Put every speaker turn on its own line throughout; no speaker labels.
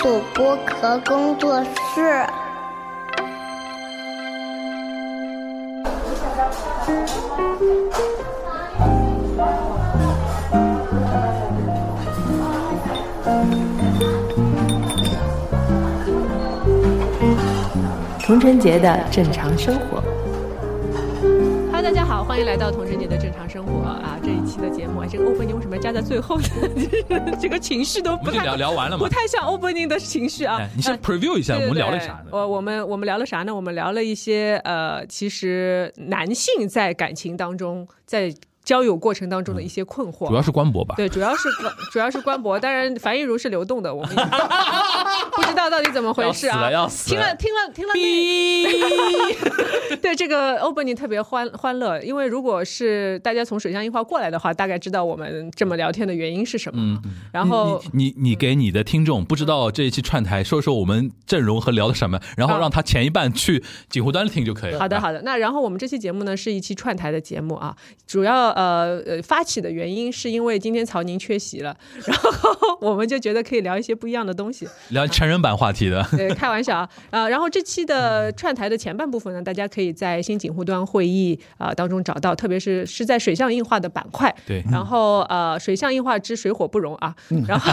主播壳工作室。
童晨杰的正常生活。
哈喽，大家好，欢迎来到童晨姐的正常生活啊！这一期的节目，哎，这个 opening 为什么要加在最后呢？就是 这个情绪都
我
不
们就
太
聊聊完了嘛
不。太像 opening 的情绪啊
哎，。你先
啊
preview 一下，
对
我们聊了
对
啥呢？
我我们我们聊了啥呢？我们聊了一些呃，其实男性在感情当中，在交友过程当中的一些困惑。
主要是官博吧。
对，主要是关，主要是官博。当然，樊亦茹是流动的，我们 不知道到底怎么回事
要
啊！
死了要死
听了
了
听了听了那， 对这个 opening 特别欢欢乐，因为如果是大家从水乡樱花过来的话，大概知道我们这么聊天的原因是什么。
嗯，
然后嗯
你你你给你的听众不知道这一期串台，说说我们阵容和聊的什么，然后
啊
让他前一半去锦湖端听就可以了。
好的，
啊，
好的。那然后我们这期节目呢是一期串台的节目啊，主要呃呃发起的原因是因为今天曹宁缺席了，然后我们就觉得可以聊一些不一样的东西。
聊成人版话题的。
对，开玩笑啊。呃，然后这期的串台的前半部分呢，大家可以在新景户端会议啊、当中找到，特别是是在水象硬化的板块。
对
然后呃，水象硬化之水火不容啊。 然后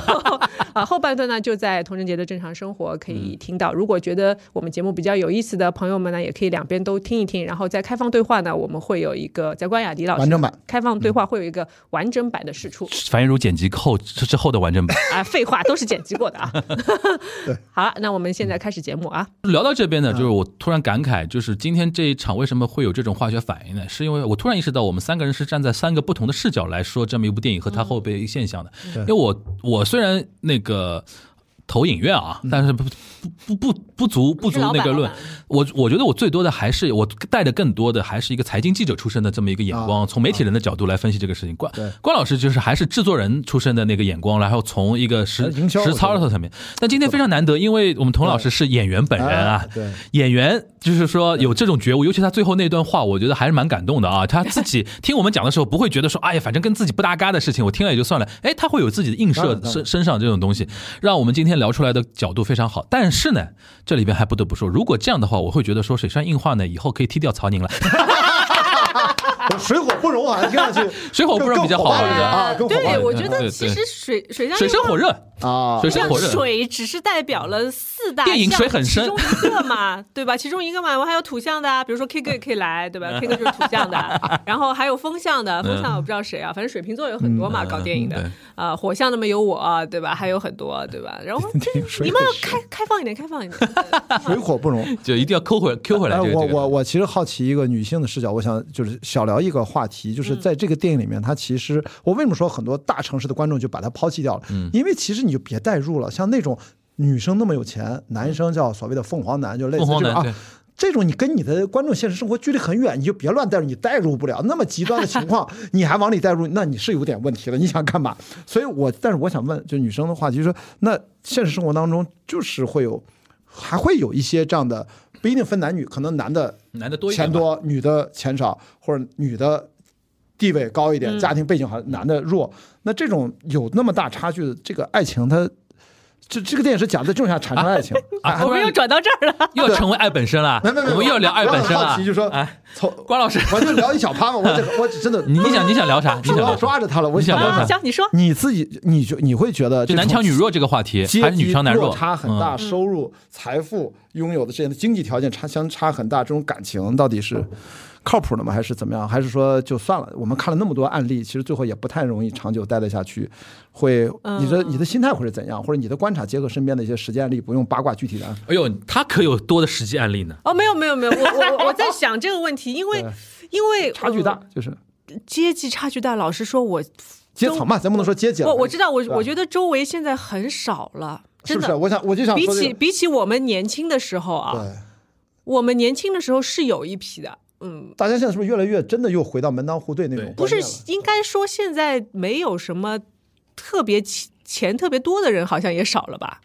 啊、后半段呢就在童晨杰的正常生活可以听到。如果觉得我们节目比较有意思的朋友们呢，也可以两边都听一听。然后在开放对话呢，我们会有一个在关雅迪老师
完整版
开放对话会有一个完整版的试出。
樊亦茹剪辑后之后的完整版。
啊，废话都是剪辑过的啊。 好了，那我们现在开始节目啊。
聊到这边
嗯
呢，就是我突然感慨，就是今天这一场为什么会有这种化学反应呢？是因为我突然意识到，我们三个人是站在三个不同的视角来说这么一部电影和
嗯
它后备现象的。因为我我虽然那个投影院
嗯
啊，但是不不不不不足不足
老板
那个论
老板，
我我觉得我最多的还是我带的更多的还是一个财经记者出身的这么一个眼光，
啊
从媒体人的角度来分析这个事情。关
对
关老师就是还是制作人出身的那个眼光，然后从一个实
还是营销
实操
我觉得
的层面。但今天非常难得，因为我们童老师是演员本人啊
啊，对
演员就是说有这种觉悟，尤其他最后那段话，我觉得还是蛮感动的 啊。他自己听我们讲的时候，不会觉得说，哎呀，反正跟自己不搭嘎的事情，我听了也就算了。哎，他会有自己的映
当
射
然当然
身身上这种东西，让我们今天聊出来的角度非常好。但是呢，这里边还不得不说，如果这样的话，我会觉得说水上硬化呢，以后可以踢掉曹 宁了。
我水火不容啊，听上去
水火不容比较好
更火爆一点
呃
啊，更火爆一
对，
点
我觉
对
得其
对
实水水上
水深火热，
啊
水，
像
深火热。
水只是代表了四大
电影
项
水很深
其中一个嘛，对吧？其中一个嘛，我还有土象的啊，比如说 K 哥也可以来，对吧？K 哥就是土象的，啊然后还有风象的，风象我不知道谁啊，反正水瓶座有很多嘛，搞电影
嗯对
的，啊，火象的嘛有我，对吧？还有很多，对吧？然后
水
你们要
很
开开放一点，开放一点，
水火不容。
就一定要抠回 Q 回来
哎
这个。
我
这个
我我其实好奇一个女性的视角，我想就是小聊一个话题，就是在这个电影里面，它其实我为什么说很多大城市的观众就把它抛弃掉了？
嗯
因为其实你就别代入了，像那种女生那么有钱，男生叫所谓的凤凰男，就类似
凤凰
这种
男对
啊。这种你跟你的观众现实生活距离很远，你就别乱代入，你代入不了那么极端的情 况，你还往里代入，那你是有点问题了。你想干嘛？所以我，但是我想问，就女生的话，就是说，那现实生活当中就是会有，还会有一些这样的，不一定分男女，可能男的
男的多一点
钱
吧，
多，女的钱少，或者女的地位高一
嗯
点，家庭背景好，男的弱。那这种有那么大差距的这个爱情，它这这个电影是讲的这种下产生 爱情，
啊，
我们又转到这儿了。
又要成为爱本身了，
没没没，
我们又要聊爱
我
本
很
身
好
了
奇。就说
哎，
从
关老师，
我就聊一小趴嘛，我 这我真的
你你想你想聊啥？ 你
主
想
要
聊啥？
抓着他了，我
你想聊啥
啊，行，你说，
你自己你就你会觉得
就
这
男
种
强女弱这个话题，
阶
还是
级
女强男弱？
落差很大，
嗯
收入、财富、拥有的这些经济条件差相差很大，这种感情到底
嗯
是靠谱的吗？还是怎么样？还是说就算了？我们看了那么多案例，其实最后也不太容易长久待得下去。会
嗯
你的你的心态会是怎样？或者你的观察结合身边的一些实践例，不用八卦具体的案例。
哎呦，他可有多的实际案例呢？
哦，没有没有没有，我我我在想这个问题，因为
对
因为呃
差距大，就是
阶级差距大。老实说，我
阶层嘛，咱不能说阶级了。
我我知道，我
是吧
我觉得周围现在很少了，
是
真
不
的。
是？我想我就想
比
说这
起
个
比起我们年轻的时候啊，
对。
我们年轻的时候是有一批的，嗯，
大家现在是不是越来越真的又回到门当户对那种
对
不
观
是
念了？啊
应该说现在没有什么特别钱钱特别多的人，好像也少了吧？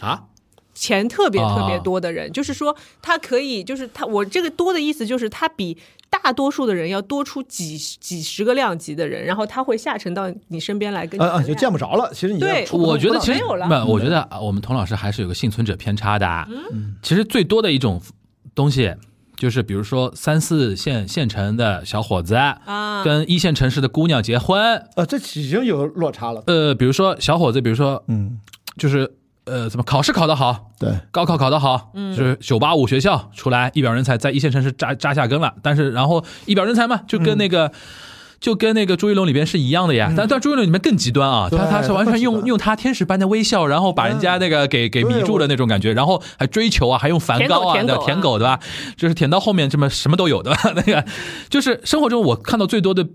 啊，
钱特别特别
啊
多的人，就是说他可以，就是他我这个多的意思就是他比大多数的人要多出几几十个量级的人，然后他会下沉到你身边来跟你
啊啊，
谈
就
恋爱
见不着了。其实你
对
触碰
我觉
不
得
到
其
没
实
有了
不，我觉得啊我们童老师还是有个幸存者偏差的啊。
嗯
其实最多的一种东西，就是比如说三四线县城的小伙子
啊
跟一线城市的姑娘结婚。
呃，这已经有落差了。
呃，比如说小伙子，比如说
嗯，
就是呃，怎么考试考得好，
对，
高考考得好，
嗯
就是九八五学校出来一表人才，在一线城市扎扎下根了。但是然后一表人才嘛，就跟那
嗯
个。就跟那个朱一龙里边是一样的呀，但但朱一龙里面更极端啊，
对
他他是完
他更
全
极端嗯
用用他天使般的微笑，然后把人家那个给给
对
迷住的那种感觉，然后还追求啊，还用梵高啊，
舔狗舔
那
狗啊
舔狗对吧？就是舔到后面这么什么都有对吧？ 那个就是生活中我看到最多的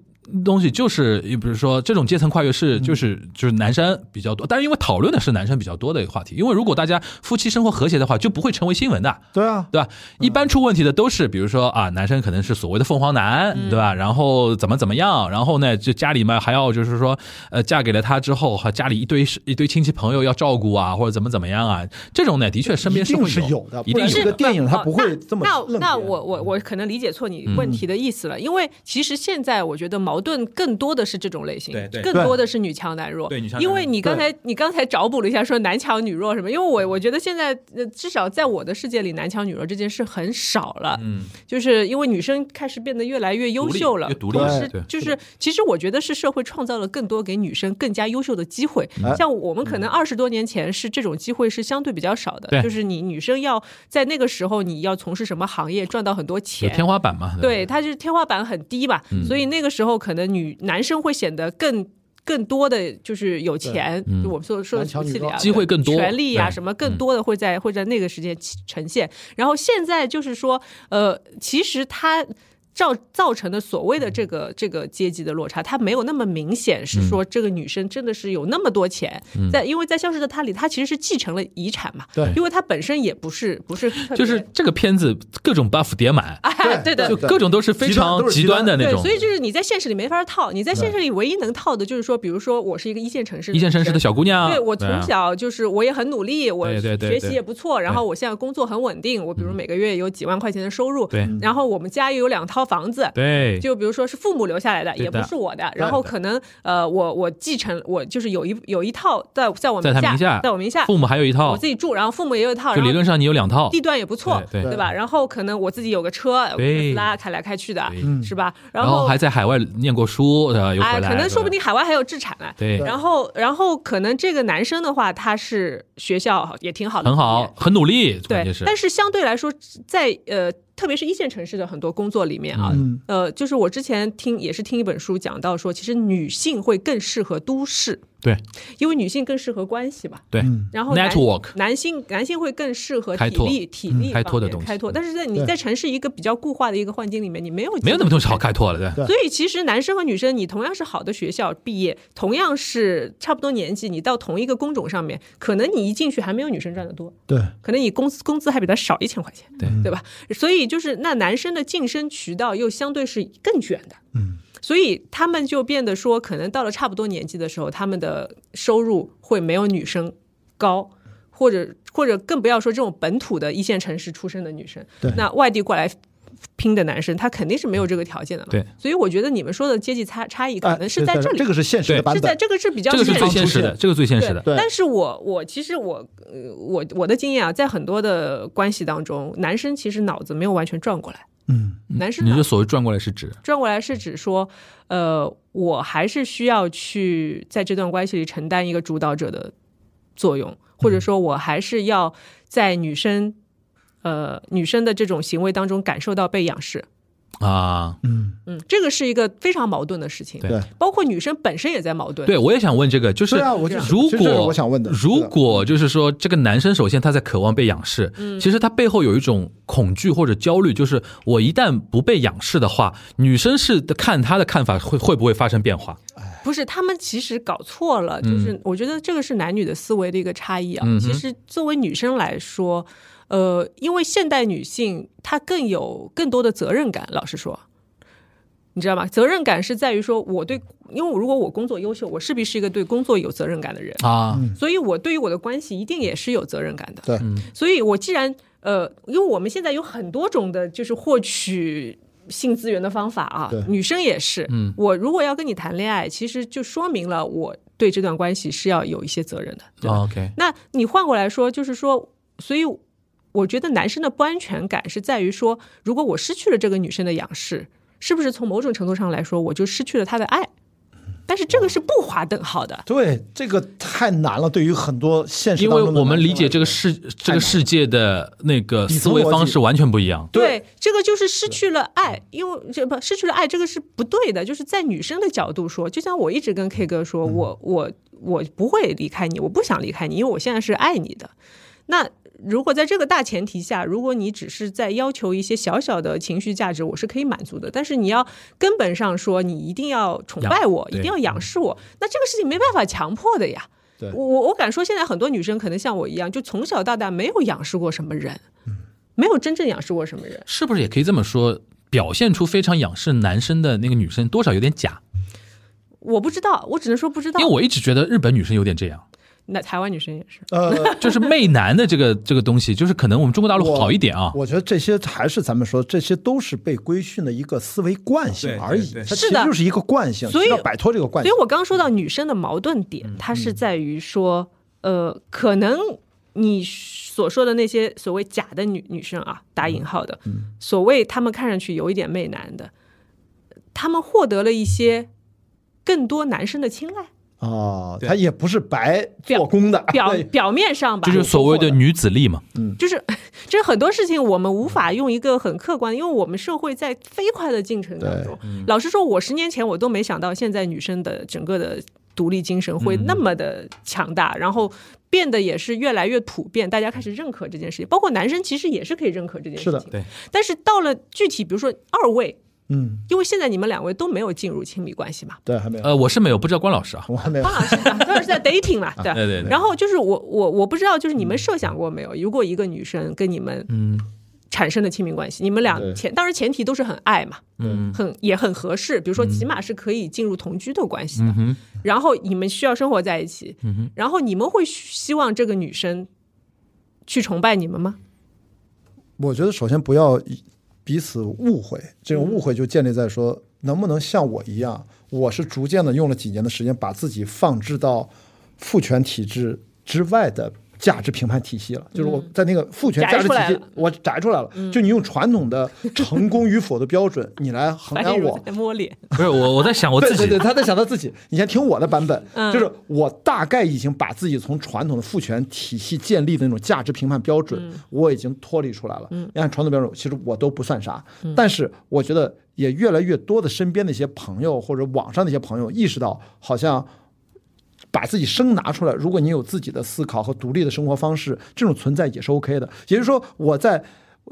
东西就是，比如说这种阶层跨越
嗯
是就是就是男生比较多，但是因为讨论的是男生比较多的一个话题，因为如果大家夫妻生活和谐的话，就不会成为新闻的。
对啊，
对吧？一般出问题的都是，比如说啊，男生可能是所谓的凤凰男，对
嗯
吧？然后怎么怎么样，然后呢，就家里面还要就是说，呃，嫁给了他之后，哈，家里一堆是一堆亲戚朋友要照顾啊，或者怎么怎么样啊，这种呢，的确身边
一定
会
是
有
有的，
一定
不然
有
这
的
个电影它
哦
不会这么
那
愣
那
着
我我我可能理解错
嗯
你问题的意思了，因为其实现在我觉得矛盾更多的是这种类型，
对对
更多的是女强男弱。
对女强男弱
因为你刚才你刚才找补了一下说男强女弱什么，因为我我觉得现在呃至少在我的世界里，男强女弱这件事很少了，
嗯，
就是因为女生开始变得越来越优秀了
越。独立
对
了，
是
对，
就是，其实我觉得是社会创造了更多给女生更加优秀的机会
哎。
像我们可能二十多年前是这种机会是相对比较少
对
的，就是你女生要在那个时候你要从事什么行业赚到很多
有
钱。
天花板嘛，
对，它就是天花板很低吧，
嗯
所以那个时候可能女男生会显得更更多的就是有钱，
嗯
就我们说说的
男强女
气里啊
弱，
机会更多
权利啊
对嗯
什么更多的会在会在那个时间起呈现。然后现在就是说，呃，其实它。造造成的所谓的这个这个阶级的落差，它没有那么明显，是
嗯
说这个女生真的是有那么多钱，在因为在《消失的她》里，她其实是继承了遗产嘛，
对
因为她本身也不是不是特别哎
就是这个片子各种 buff 叠满，
对
对的
就各种都是非常极
极
端
端
的那种
对，所，以就是你在现实里没法套，你在现实里唯一能套的就是说，比如说我是一个一线城市，
一线城市的。小姑娘，
对，我
啊
从小就是我也很努力，我
对对对
学
对嗯
习也不错，然后我现在工作很稳定，我比如每个月有几万块钱的收入，
对
然后我们家又有两套房子，
对
就比如说是父母留下来的，
对
也
的
不是我的，然后可能呃，我我继承我就是有一有一套在在我
在他名下
在我名下，
父母还有一套
我自，己住，然后父母也有一套，
就
然
理
后
论上你有两套
地，段也不错，
对对
吧？然后可能我自己有个车，我
对
特斯拉开来开去的
对，嗯
嗯
是吧？
然后还在海外念过书，对吧？又
哎，
回来，
可能
对
说不
吧
定海外还有制产呢。
对。
然后，然后可能这个男生的话，他是学校也挺好的，
很好，，很努力，关
对
键。是
但是相对来说，在呃，特别是一线城市的很多工作里面啊，
嗯
呃，就是我之前听也是听一本书讲到说，其实女性会更适合都市，
对
因为女性更适合关系嘛。
对
嗯
然后男
，network
男性男性会更适合
开
体
拓嗯
力体力
开拓
方
的
面
东西
开拓，但是在你
对
在城市一个比较固化的一个环境里面，你没有
没有那
机
么东
会
西好开拓了，对。
对
所以其实男生和女生，你同样是好的学校毕业，同样是差不多年纪，你到同一个工种上面，可能你一进去还没有女生赚的多，
对，
可能你工资工资还比他少一千块钱，
对
对吧？所以就是那男生的晋升渠道又相对是更卷的，
嗯，
所以他们就变得说，可能到了差不多年纪的时候，他们的收入会没有女生高。或者或者更不要说这种本土的一线城市出生的女生
对，
那外地过来拼的男生，他肯定是没有这个条件的嘛。
对，啊
所以我觉得你们说的阶级差差异可能是
哎
在
对
这里，
这个是现实
对
的版
是在
本，
这个是比较
这个是
现
最
实
现实的，这个最现实的。
对
但是我我其实我呃我我的经验啊，在很多的关系当中，男生其实脑子没有完全转过来，
嗯，
男生
你
脑
这所谓转过来是指，
转过来是指说，呃，我还是需要去在这段关系里承担一个主导者的作用，或者说，我还是要在女生。呃，女生的这种行为当中感受到被仰视，
啊？
嗯，
嗯，这个是一个非常矛盾的事情，
对
对
包括女生本身也在矛盾，
对，我也想问这个，就是
对啊我就
如
其实这是
果
我想问的是的
如果就是说这个男生首先他在渴望被仰视，其实他背后有一种恐惧或者焦虑，就是我一旦不被仰视的话，女生是看他的看法会会不会发生变化？
不是，他们其实搞错了，就是我觉得这个是男女的思维的一个差异啊。
嗯嗯哼
其实作为女生来说，呃，因为现代女性她更有更多的责任感，老实说。你知道吗？责任感是在于说，我对，因为如果我工作优秀，我势必是一个对工作有责任感的人，
啊，
所以我对于我的关系一定也是有责任感的。
对，
所以我既然呃，因为我们现在有很多种的，就是获取性资源的方法啊
对，
女生也是。
嗯
我如果要跟你谈恋爱，其实就说明了我对这段关系是要有一些责任的，对吧？
啊 OK，
那你换过来说，就是说，所以我觉得男生的不安全感是在于说，如果我失去了这个女生的仰视，是不是从某种程度上来说，我就失去了她的爱？但是这个是不划等号的，
对，这个太难了，对于很多现实
因
当
为
中的
我们
男
理
生
解
来
这个
说
世这个世界的那个
底
思
层
维
逻辑
方式完全不一样。
对
对，这个就是失去了爱，因为这不失去了爱，这个是不对的。就是在女生的角度说，就像我一直跟 K 哥说，我我我不会离开你，我不想离开你，因为我现在是爱你的。那如果在这个大前提下，如果你只是在要求一些小小的情绪价值，我是可以满足的。但是你要根本上说，你一定要崇拜我，
对
一定要仰视我，那这个事情没办法强迫的呀。
对
我我我敢说，现在很多女生可能像我一样，就从小到大没有仰视过什么人，没有真正仰视过什么人。
是不是也可以这么说？表现出非常仰视男生的那个女生，多少有点假，
我不知道，我只能说不知道。
因为我一直觉得日本女生有点这样，
那台湾女生也是，
呃，
就是媚男的这个 这个东西，就是可能我们中国大陆
我
好一点啊。
我觉得这些还是咱们说，这些都是被规训的一个思维惯
对
性
对
而已，
对
它其
是
实
的
就是一个惯性，
所以
需要摆脱这个惯
所以
性。
我刚说到女生的矛盾点，它是在于说，呃，可能你所说的那些所谓假的女女生啊，打引号的，所谓她们看上去有一点媚男的，她们获得了一些更多男生的青睐，
哦，
对
他也不是白
表
做工的，
表
对
表面上吧，
就是所谓的女子力嘛，
就是这很多事情我们无法用一个很客观，因为我们社会在飞快的进程当中。老实说，我十年前我都没想到，现在女生的整个的独立精神会那么的强大，然后变得也是越来越普遍，大家开始认可这件事情，包括男生其实也是可以认可这件事
是
情。
的
对。
但是到了具体，比如说二位，
嗯，
因为现在你们两位都没有进入亲密关 系嘛，
对，还没有，
呃，我是没有，不知道关老师啊。
我还没有
方。老师讲都 是在 dating 嘛，啊对吧。
对对对，
然后就是我我我不知道，就是你们设想过没有，如果一个女生跟你们
嗯
产生的亲密关系，你们俩
对
前当然前提都是很爱嘛，
嗯
很也很合适，比如
嗯
说起码是可以进入同居的关系的，
嗯哼
然后你们需要生活在一起，
嗯哼，
然后你们会希望这个女生去崇拜你们吗？
我觉得首先不要以彼此误会，这
嗯
种误会就建立在说能不能像我一样，我是逐渐的用了几年的时间，把自己放置到父权体制之外的。价值评判体系了，就是我在那个父权价
嗯
值
摘出来
体系
了，
我摘出来了。就你用传统的成功与否的标准，你来衡
白
量
如
哦我，
在摸脸，
不是我我在想我
对
自
对
己
对，他在想他自己。你先听我的版本，就是我大概已经把自己从传统的父权体系建立的那种价值评判标准，我已经脱离出来了。你按传统标准，其实我都不算啥。但是我觉得也越来越多的身边的一些朋友或者网上的一些朋友意识到，好像。把自己生拿出来，如果你有自己的思考和独立的生活方式，这种存在也是 OK 的。也就是说，我在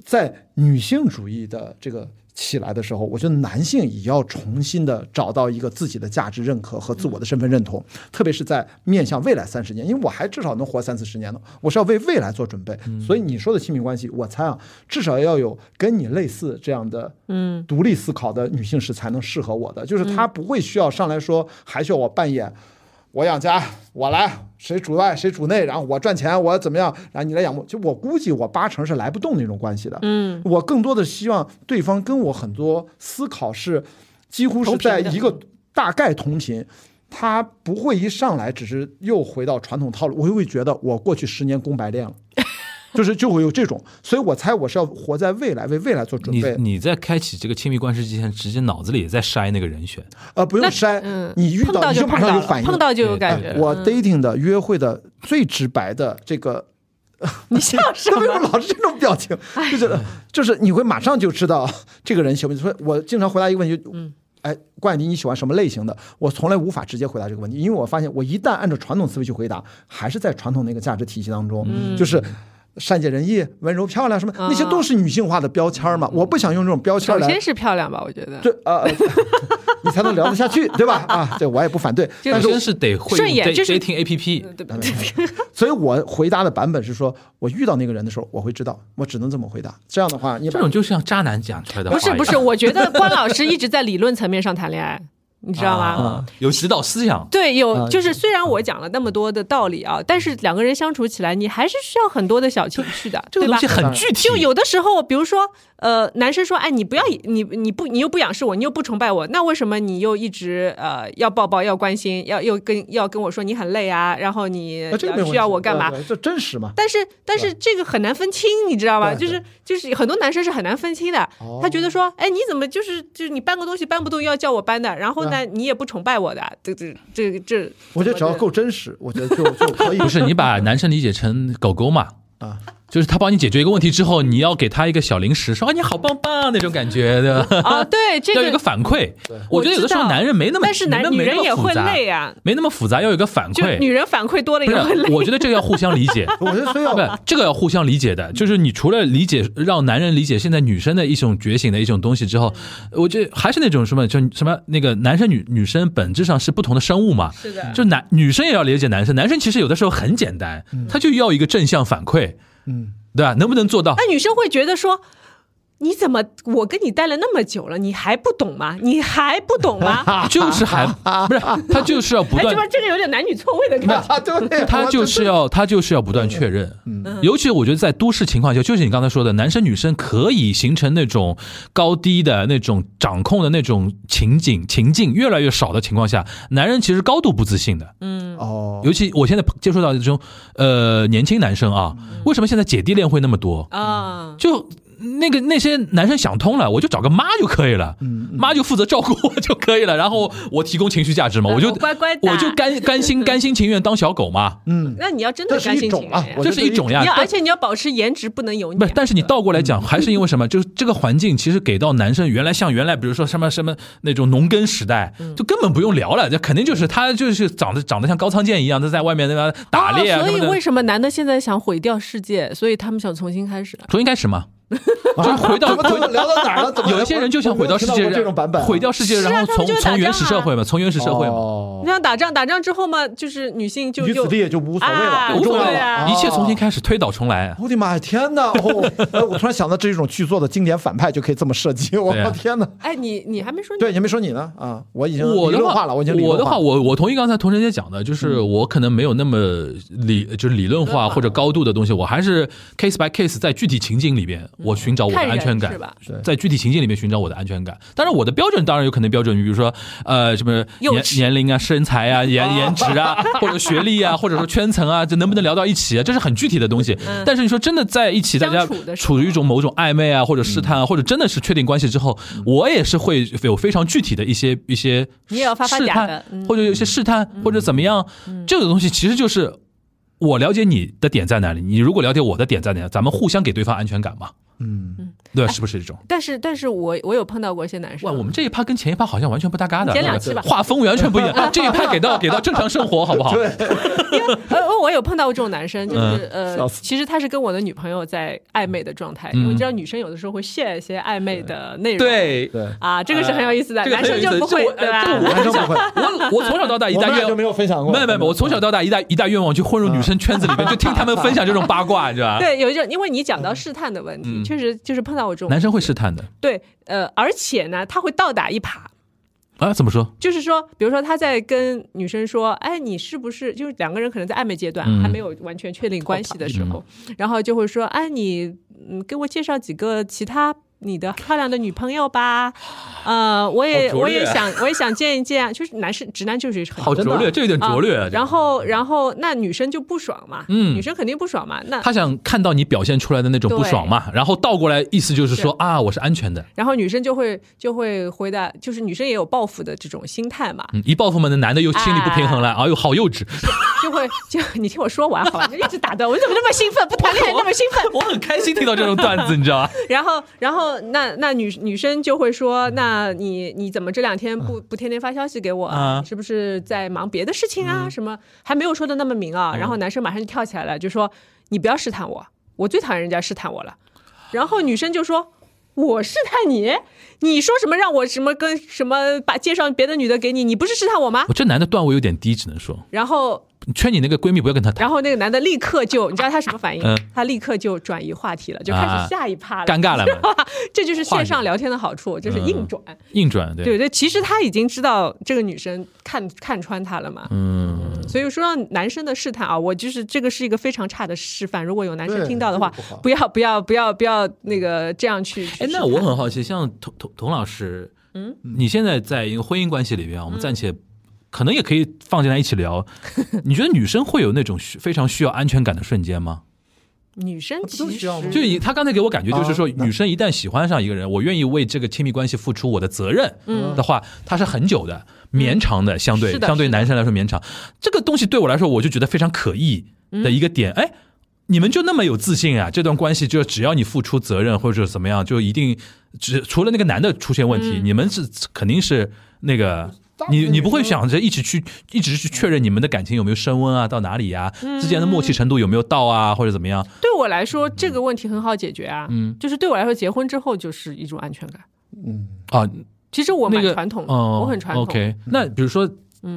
在女性主义的这个起来的时候，我觉得男性也要重新的找到一个自己的价值认可和自我的身份认同，特别是在面向未来三十年，因为我还至少能活三四十年呢，我是要为未来做准备。所以你说的亲密关系，我猜啊，至少要有跟你类似这样的嗯独立思考的女性是才能适合我的，就是她不会需要上来说还需要我扮演。我养家，我来，谁主外谁主内，然后我赚钱，我怎么样，然后你来养我。就我估计我八成是来不动那种关系的。嗯，我更多的希望对方跟我很多思考是几乎是在一个大概同频。他不会一上来只是又回到传统套路，我就会觉得我过去十年功白练了， 就是就会有这种，所以我猜我是要活在未来，为未来做准
你
备。
你在开启这个亲密关系之前，直接脑子里也在筛那个人选，
呃，不用
那
筛，
嗯，
你遇
碰到
你就
碰
马上
到
有
了
反应，
碰到就有感觉
哎
了。
我
嗯
dating 的约会的最直白的这 个，
你笑什
他为什
么？
么老是这种 表情？
哎
就是就是你会马上就知道这个人喜欢。所以我经常回答一个问题，
嗯
哎，关雅迪你喜欢什么类型的？我从来无法直接回答这个问题，因为我发现我一旦按照传统思维去回答，还是在传统那个价值体系当中，
嗯
就是。善解人意、温柔漂亮什么，那些都是女性化的标签嘛。我不想用这种标签
啊嗯首
来
先是漂亮吧，我觉得
对呃，你才能聊得下去，对吧？啊，这我也不反对，但
首
是
先是得会用
顺眼
dat-
就是
dating A P P，
对 吧？
所以我回答的版本是说，我遇到那个人的时候，我会知道，我只能这么回答。这样的话，你把
这种就像渣男讲出来的话
哎
不是不是，，我觉得关老师一直在理论层面上谈恋爱，你知道吗？
啊有指导思想，
对，
啊
有就是虽然我讲了那么多的道理啊，但是两个人相处起来，你还是需要很多的小情绪的，
这个
对吧
东西很具体。
就有的时候，比如说，呃，男生说，哎，你不要你你不你又不仰视我，你又不崇拜我，那为什么你又一直呃要抱抱要关心，要又跟要跟我说你很累啊，然后你、
哎那这个没
呃
问
需要
题
我干嘛？
对对这真实嘛？
但是但是这个很难分清，你知道吧？就
对对
是就是很多男生是很难分清的
哦，
他觉得说，哎，你怎么就是就是你搬个东西搬不动要叫我搬的，然后呢你也不崇拜我的，这这这这，
我觉得只要够真实，我觉得就就可以。
不是你把男生理解成狗狗嘛？
啊，
就是他帮你解决一个问题之后，你要给他一个小零食，说啊你好棒棒那种感觉，对吧？
啊，对这
要有一个
个，
反馈。我觉得有的时候
我知道
男人没那么，
但是男
没那么
女人也会累，啊，
没那么复杂没那么复杂，要有一个反
就女
馈。
人反馈多了
不
也会
是，
累。
啊我觉得这个要互相理 解。
我觉得所以 要
不，这个要互相理解的，就是你除了理解让男人理解现在女生的一种觉醒的一种东西之后，我觉得还是那种什么，就什么那个男生女女生本质上是不同的生物 嘛，
是的
就男女生也要理解男生，男生其实有的时候很简单，他就要一个正向反馈，
嗯，
对吧？能不能做到？
那女生会觉得说。你怎么？我跟你待了那么久了，你还不懂吗？你还不懂吗？
就是还不是他就是要不
哎，这
断
边这个有点男女错位的感觉。
啊， 对，
他就是要他就是要不断确认，
嗯
尤其嗯我觉得在都市情况下，就是你刚才说的，男生女生可以形成那种高低的那种掌控的那种情景情境越来越少的情况下，男人其实高度不自信
嗯
的，
哦，
尤其我现在接触到的这种呃年轻男生啊，
嗯
为什么现在姐弟恋会那么多？
啊，
就那个那些男生想通了，我就找个妈就可以了，
嗯
妈就负责照顾我就可以了，然后我提供情绪价值嘛，
嗯
我就
我乖乖的
我就甘甘 心甘心情愿当小狗嘛，
嗯，
那你要真的
这
甘
是一
心
种
情哎
啊
愿，呀
我觉
这
得
是一哎种呀
你要，
但
而且你要保持颜值，不能油腻。哦
不是，但是你倒过来讲，还是因为什
嗯
么？就是这个环境其实给到男生，原来像原来，比如说什么什么那种农耕时代，
嗯
就根本不用聊了，这肯定就是他就是长得长得像高仓健一样，他在外面那个打猎啊
哦
什
所
么
以为
的。
什么男的现在想毁掉世界？所以他们想重新开始。
从一开始嘛，就是
啊
回到
怎么怎么聊到哪儿了？怎么
有一些人就想毁掉世
我没有
界，
听到过这种版本啊，
毁掉世界，
是啊
然后
他们
从
就是打
从原始
仗啊
社会嘛，从原始社会嘛，
哦
你想打仗，打仗之后嘛，就是女性就
女
又
子地也就无所谓
啊
了，
无
不重
所
要
谓
对啊
了，
一切重新
开。
开始，推倒重来。啊
我的妈呀！天哪！哦，哎，我突然想到，这是一种剧作的经典反派就可以这么设计。我
对啊
天哪！
哎，你你还没说你
对，你没说你呢啊，我已经
我
理
的
论
话
化了，我已经理
我
论
的
化
话，
了。
我我同意刚才童晨姐讲的，就是我可能没有那么理，就是理论化或者高度的东西，我还是 case by case 在具体情景里边，我寻找我的
看人
安全感
是吧，
对
在具体情景里面寻找我的安全感。当然，我的标准当然有可能标准于，比如说呃什么
幼
年
稚
年龄啊、身材啊、颜颜值啊，或者学历啊，或者说圈层啊，这能不能聊到一起啊，这是很具体的东西。但是你说真的在一起，大家
相处的时候
处于一种某种暧昧啊，或者试探
嗯
啊，或者真的是确定关系之后，我也是会有非常具体的一些一些
你也要发发
试
嗲
探
的嗯
或者有一些试探，或者怎么样，这个东西其实就是我了解你的点在哪里，你如果了解我的点在哪里，咱们互相给对方安全感嘛，
嗯，
对吧，
哎
是不是这种？
但是但是我我有碰到过一些男生，
哇，我们这一趴跟前一趴好像完全不搭嘎的，
前两
对
期吧
画风完全不一 样。这一趴给到给到正常生活好不好？
对，
呃，我有碰到过这种男生，
嗯
就是、
笑
呃，
死
其实他是跟我的女朋友在暧昧的状态，
嗯
因为你知道女生有的时候会 share 一些暧昧的内容，
对呃
对
啊，这个是很有意思的，
这个
男
很有
生
意
就
思
不会
这我呃
对吧？
这
男生不会，
我我从小到大一
我
大
们俩
愿
就没有分享过。
没有没有，我从小到大一大一大愿望就混入女生圈子里面，就听他们分享这种八卦，你知道吧？
对，有一种，因为你讲到试探的问题，
嗯
确实就是碰到我这种
男生会试探的
对，呃，而且呢，他会倒打一耙，
啊？怎么说？
就是说，比如说他在跟女生说，哎，你是不是就是两个人可能在暧昧阶段、
嗯
还没有完全确定关系的时候，然后就会说，哎，你嗯，给我介绍几个其他。你的漂亮的女朋友吧，呃，我也、
好拙
我
劣
也
啊
想我也想见一见，啊就是男生直男就是很
好拙劣，这有点拙劣。
啊然后然后那女生就不爽嘛，
嗯
女生肯定不爽嘛，那
他想看到你表现出来的那种不爽嘛，然后倒过来意思就是说啊，我是安全的。
然后女生就会就会回答，就是女生也有报复的这种心态嘛，
嗯，一报复嘛，那男的又心里不平衡了，哎呦，好幼稚！
就会就 你听我说完好吧，就一直打断我，你怎么那么兴奋？不谈恋爱那么兴奋？
我很开心听到这种段子，你知道吧？
然后然后那那女女生就会说，那你你怎么这两天不不天天发消息给我
啊
你是不是在忙别的事情啊？什么还没有说的那么明啊？然后男生马上就跳起来了，就说你不要试探我，我最讨厌人家试探我了。然后女生就说。我试探你，你说什么让我什么跟什么把介绍别的女的给你，你不是试探我吗？
我这男的段位有点低，只能说
然后
劝你那个闺蜜不要跟他谈
然，后那个男的立刻就，你知道他什么反应
嗯？
他立刻就转移话题了，就开
啊
始下一趴了，
尴尬了嘛，
这就是
话
线
语嗯
上聊天的好处，就是硬转。
硬转对，
对对，其实他已经知道这个女生看看穿他了嘛，
嗯，
所以说让男生的试探啊，我就是这个是一个非常差的示范。如果有男生
对
听到的话
这个不好，
不要不要不要不要那个这样去。
哎，
去
那
试探
我很好奇，像童童童老师，嗯，你现在在一个婚姻关系里边啊，我们暂且、可能也可以放进来一起聊。你觉得女生会有那种需非常需要安全感的瞬间吗？
女生
不都
其
需
实
要吗
就以他刚才给我感觉就是说，
啊那
女生一旦喜欢上一个人，我愿意为这个亲密关系付出我的责任的话，它是很久的、绵长的，相对
嗯是的
相对
是的
男生来说绵长。这个东西对我来说，我就觉得非常可疑的一个点。哎，你们就那么有自信啊？这段关系就只要你付出责任或者怎么样，就一定只除了那个男的出现问
嗯
题，你们是肯定是那个。你你不会想着一起去一直去确认你们的感情有没有升温啊，到哪里呀、
嗯
之间的默契程度有没有到啊，或者怎么样？
对我来说这个问题很好解决啊，嗯，就是对我来说结婚之后就是一种安全感。
啊，
其实我蛮
那个
传统的，嗯
哦、
我很传统。
OK，那比如说，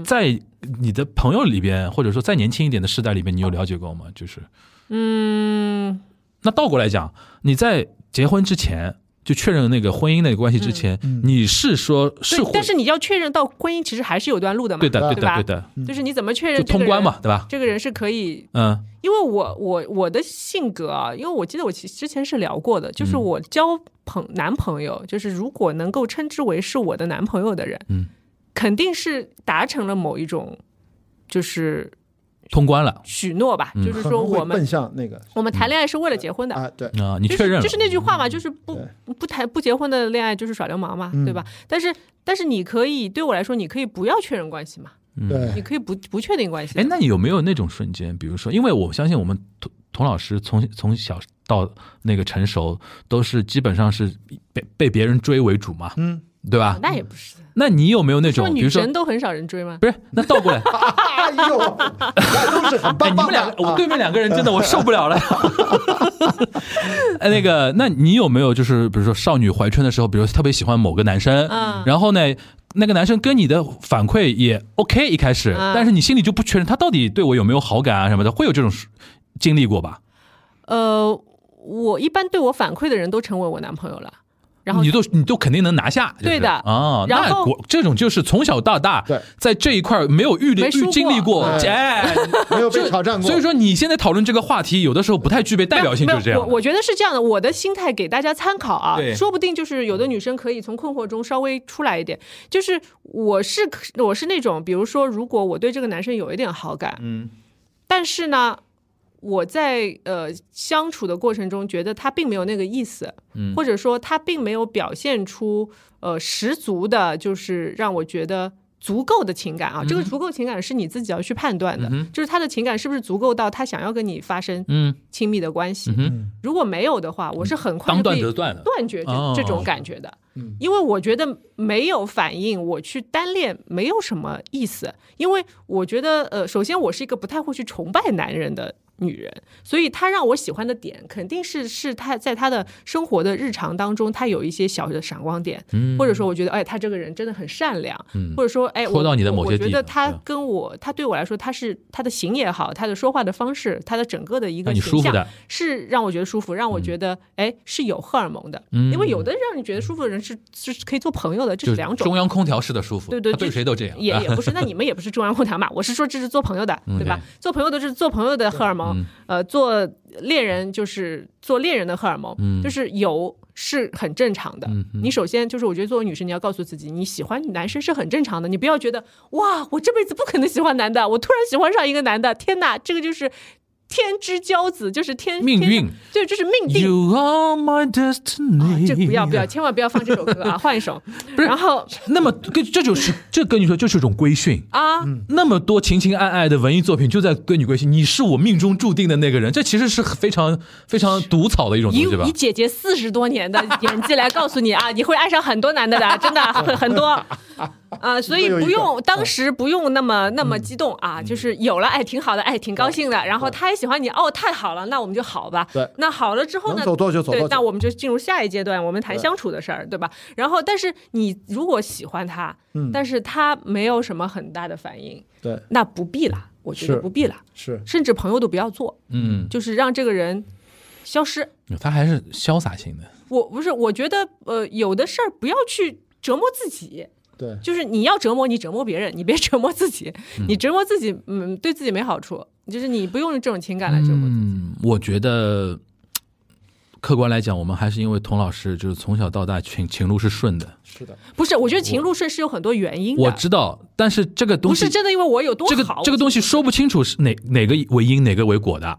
在你的朋友里边，或者说再年轻一点的世代里边，你有了解过吗？就是，
嗯，
那倒过来讲，你在结婚之前就确认那个婚姻那个关系之前，你是说
嗯
是
对
会，，
但是你要确认到婚姻其实还是有段路的嘛，
对的，
对
的，
吧
对的，
就是你怎么确认
就
这个
通
人
关嘛，，对吧？
这个人是可以
嗯
因为我我我的性格啊，因为我记得我其之前是聊
嗯
过的，就是我交朋男朋友，就是如果能够称之为是我的男朋友的人，
嗯，
肯定是达成了某一种就是
通关了
许诺吧，
嗯
就是
可
说
能会
我们
奔向那个
我们谈恋爱是为了结婚的。
啊，对，
啊、你
就是
确认了，
就是那句话嘛，就是不不谈不结婚的恋爱就是耍流氓嘛，对吧？但是但是你可以对我来说，你可以不要确认关系嘛，
对
你可以不不确定关系的。
哎，那你有没有那种瞬间？比如说，因为我相信我们童童老师从从小到那个成熟，都是基本上是被被别人追为主嘛，
嗯，
对吧？
那也不是，
那你有没有那
说
种，比
女
如说
神，都很少人追吗？
不是，那倒 过来，
哎呦，那都是很
哎，
棒
你
棒
们
的
两个，我
啊。
对面两个人真的我受不了了。 哎，那个，那你有没有就是，比如说少女怀春的时候，比如特别喜欢某个男生，
嗯
然后呢，那个男生跟你的反馈也 OK 一开始，
嗯
但是你心里就不确认他到底对我有没有好感啊什么的，会有这种经历过吧？
呃，我一般对我反馈的人都成为我男朋友了，然后
你都你都肯定能拿下，就是
对的
啊，
然
那
后
果这种就是从小到大，
对
在这一块儿没有遇历
没输
遇
过
经历过，
嗯
哎，
没有被挑战过，
所以说你现在讨论这个话题，有的时候不太具备代表性，
没
就
有
是这样
我
的。
我觉得是这样的，我的心态给大家参考啊
对，
说不定就是有的女生可以从困惑中稍微出来一点。就是我是我是那种，比如说，如果我对这个男生有一点好感，
嗯，
但是呢。我在呃相处的过程中，觉得他并没有那个意思，
嗯
或者说他并没有表现出呃十足的，就是让我觉得足够的情感啊。这个足够情感是你自己要去判断的，
嗯哼
就是他的情感是不是足够到他想要跟你发生
嗯
亲密的关系。
嗯哼
如果没有的话，我是很快
当
就可
断
以
则断的。
断绝这、
哦
这种感觉的。因为我觉得没有反应，我去单恋没有什么意思。因为我觉得，呃，首先我是一个不太会去崇拜男人的女人，所以他让我喜欢的点，肯定是是他在他的生活的日常当中，他有一些小的闪光点，
嗯
或者说我觉得，哎，他这个人真的很善良，
嗯
或者说，哎，
戳
我
到你的
我
某些
我觉
地
得
方
他
对
跟我，他对我来说，他是他的行也好，他的说话的方式，他的整个的一个
让你
形
舒服
象
的
是让我觉得舒服，让我觉得哎是有荷尔蒙的，
嗯
因为有的让你觉得舒服的人是是可以做朋友的，这
就是是
两
中
种。
央空调式的舒服，
对对
他对
就
谁都这样。
也
啊
也不是，那你们也不是中央空调嘛？我是说这是做朋友的，对吧
OK？
做朋友的是做朋友的荷尔
嗯
蒙，呃，做恋人就是做恋人的荷尔蒙，
嗯
就是有是很正常的。你首先就是我觉得作为女生，你要告诉自己，你喜欢男生是很正常的，你不要觉得哇，我这辈子不可能喜欢男的，我突然喜欢上一个男的，天哪，这个就是天之骄子，就是天
命
天
运
对，就是命定。
You are my
啊
destiny。
这不要不要，千万不要放这首歌啊，换一首。然后
那么跟这就是这跟你说就是一种规训。
啊，
嗯
那么多情情爱爱的文艺作品就在对你规训，你是我命中注定的那个人，这其实是非常非常毒草的一种东
以
西吧
以？姐姐四十多年的演技来告诉你 啊，你会爱上很多男的的，真的会很多。啊，所以
会有一嗯
不
个
用，当时不用那么那么激动
嗯
啊，就是有了，哎，挺好的，哎，挺高兴的。然后他也喜欢你，哦，太好了，那我们就好吧。
对
那好了之后呢
能？走多久走
对
多，
那
久。
我们就进入下一阶段，我们谈
对
相处的事儿，对吧？然后，但是你
嗯
如果喜欢他，但是他没有什么很大的反应，
对，
那不必了。我觉得
是
不必了，
是
甚至朋友都不要做，
嗯，
就是让这个人消失。
他还是潇洒型的，
我不是，我觉得呃，有的事儿不要去折磨自己，
对，
就是你要折磨你折磨别人，你别折磨自己，你折磨自己，嗯，对自己没好处。就是你不用这种情感来折磨自己。
嗯，我觉得客观来讲，我们还是因为童老师就是从小到大情情路是顺的，
是的，
不是，我觉得情路顺是有很多原因的，
我知道，但是这个
不
东西
是真的因为我有多
这个
好。
这个东西说不清楚是哪哪个为因哪个为果的，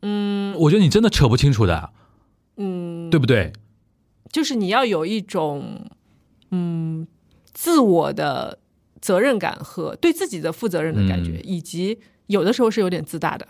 嗯，我觉得你真的扯不清楚的，嗯，对不对？
就是你要有一种嗯自我的责任感和对自己的负责任的感觉，
嗯
以及有的时候是有点自大的。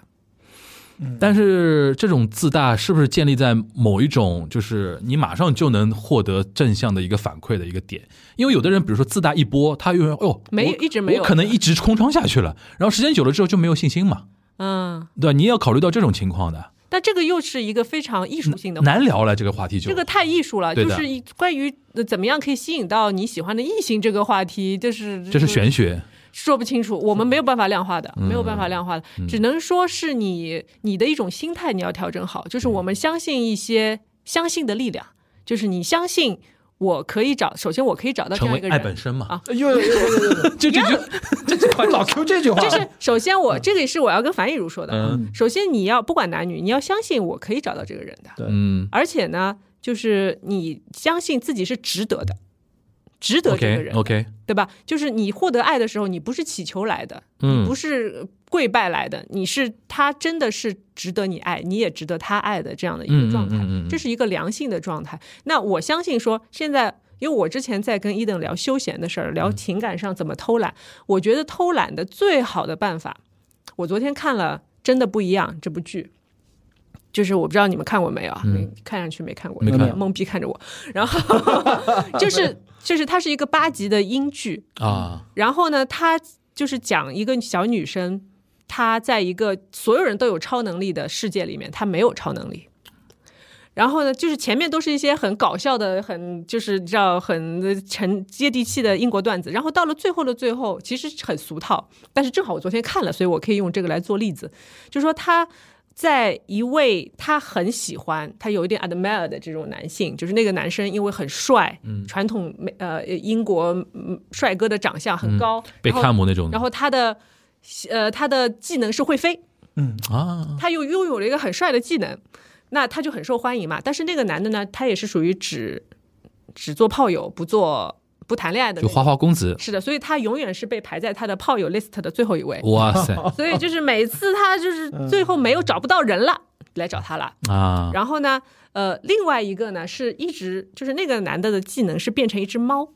但是这种自大是不是建立在某一种就是你马上就能获得正向的一个反馈的一个点？因为有的人，比如说自大一波，他永远哦，
没
我
一直没有
我可能一直空窗下去了，然后时间久了之后就没有信心嘛，
嗯，
对吧？你也要考虑到这种情况的，
但这个又是一个非常艺术性的话
难聊了这个话题就
这个太艺术了，
对
就
的
是一关于呃怎么样可以吸引到你喜欢的异性这个话题，就是
这是玄学，嗯
说不清楚，我们没有办法量化的，没有办法量化的，只能说是你你的一种心态，你要调整好，
嗯
就是我们相信一些相信的力量，就是你相信我可以找，首先我可以找嗯到这
成
样
为
一个
爱本
人。
身嘛
啊，
又又又又又
这这就这这块
老 Q 这句话，
就是首先我，这个也是我要跟樊亦茹说的啊。
嗯
首先，你要不管男女，你要相信我可以找到这个人的。
嗯
而且呢，就是你相信自己是值得的，值得这个
，OK
人
OK，
对吧？就是你获得爱的时候，你不是乞求来的，
嗯
你不是跪拜来的，你是他真的是值得你爱，你也值得他爱的这样的一
嗯嗯
个状态，
嗯嗯嗯
这是一个良性的状态。那我相信说，现在因为我之前在跟伊登聊休闲的事儿，聊
嗯
情感上怎么偷懒，我觉得偷懒的最好的办法，我昨天看了《真的不一样》这部剧。就是我不知道你们看过没有啊？看上去没看过，
嗯没
有
看
点懵逼看着我。然后 就是就是它是一个八集的英剧，
啊，
然后呢，他就是讲一个小女生，她在一个所有人都有超能力的世界里面，她没有超能力。然后呢，就是前面都是一些很搞笑的、很就是你知道很沉接地气的英国段子，然后到了最后的最后，其实很俗套。但是正好我昨天看了，所以我可以用这个来做例子，就说她在一位她很喜欢、她有一点 admire 的这种男性，就是那个男生因为很帅，传统美呃英国嗯帅哥的长相很高，
贝
然后
克汉姆那种的
然后他的呃他的技能是会飞，
啊，
他又拥有了一个很帅的技能，那他就很受欢迎嘛。但是那个男的呢，他也是属于只只做炮友，不做不谈恋爱的那
就
种，
花花公子，
是的，所以他永远是被排在他的炮友 list 的最后一位。
哇 塞
所以就是每次他就是最后没有找不到人了，来找他了。
啊，
然后呢，呃，另外一个呢是一直就是那个男的的技能是变成一只猫，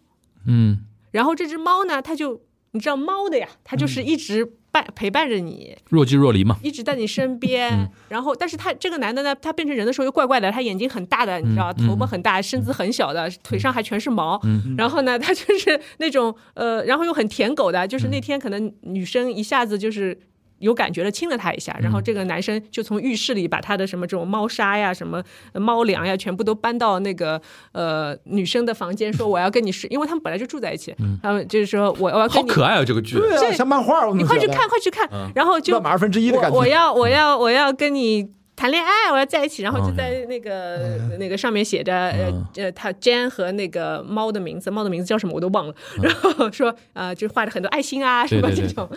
嗯
然后这只猫呢，它就你知道猫的呀，它就是一直伴陪伴着你，，
若即若离嘛，
一直在你身边。然后，但是他这个男的呢，他变成人的时候又怪怪的，他眼睛很大的，你知道，头发很大，身子很小的，腿上还全是毛。然后呢，他就是那种呃，然后又很舔狗的，就是那天可能女生一下子就是。有感觉了，亲了他一下，然后这个男生就从浴室里把他的什么这种猫砂呀、什么呃猫粮呀，全部都搬到那个呃女生的房间，说我要跟你睡，因为他们本来就住在一起，他们就是说我我要
好
跟你，
可爱啊！这个剧，
对啊，像漫画，我们
你快去
觉得
看，快去看，然后就
乱码二分之一的感
我我
觉，
要我要我要跟你谈恋爱，我要在一起，然后就
嗯
在那个、那个上面写着呃呃，他 Jan 和那个猫的名字，猫的名字叫什么我都忘了，然后说呃，就画着很多爱心啊什么
对
这
对对
种，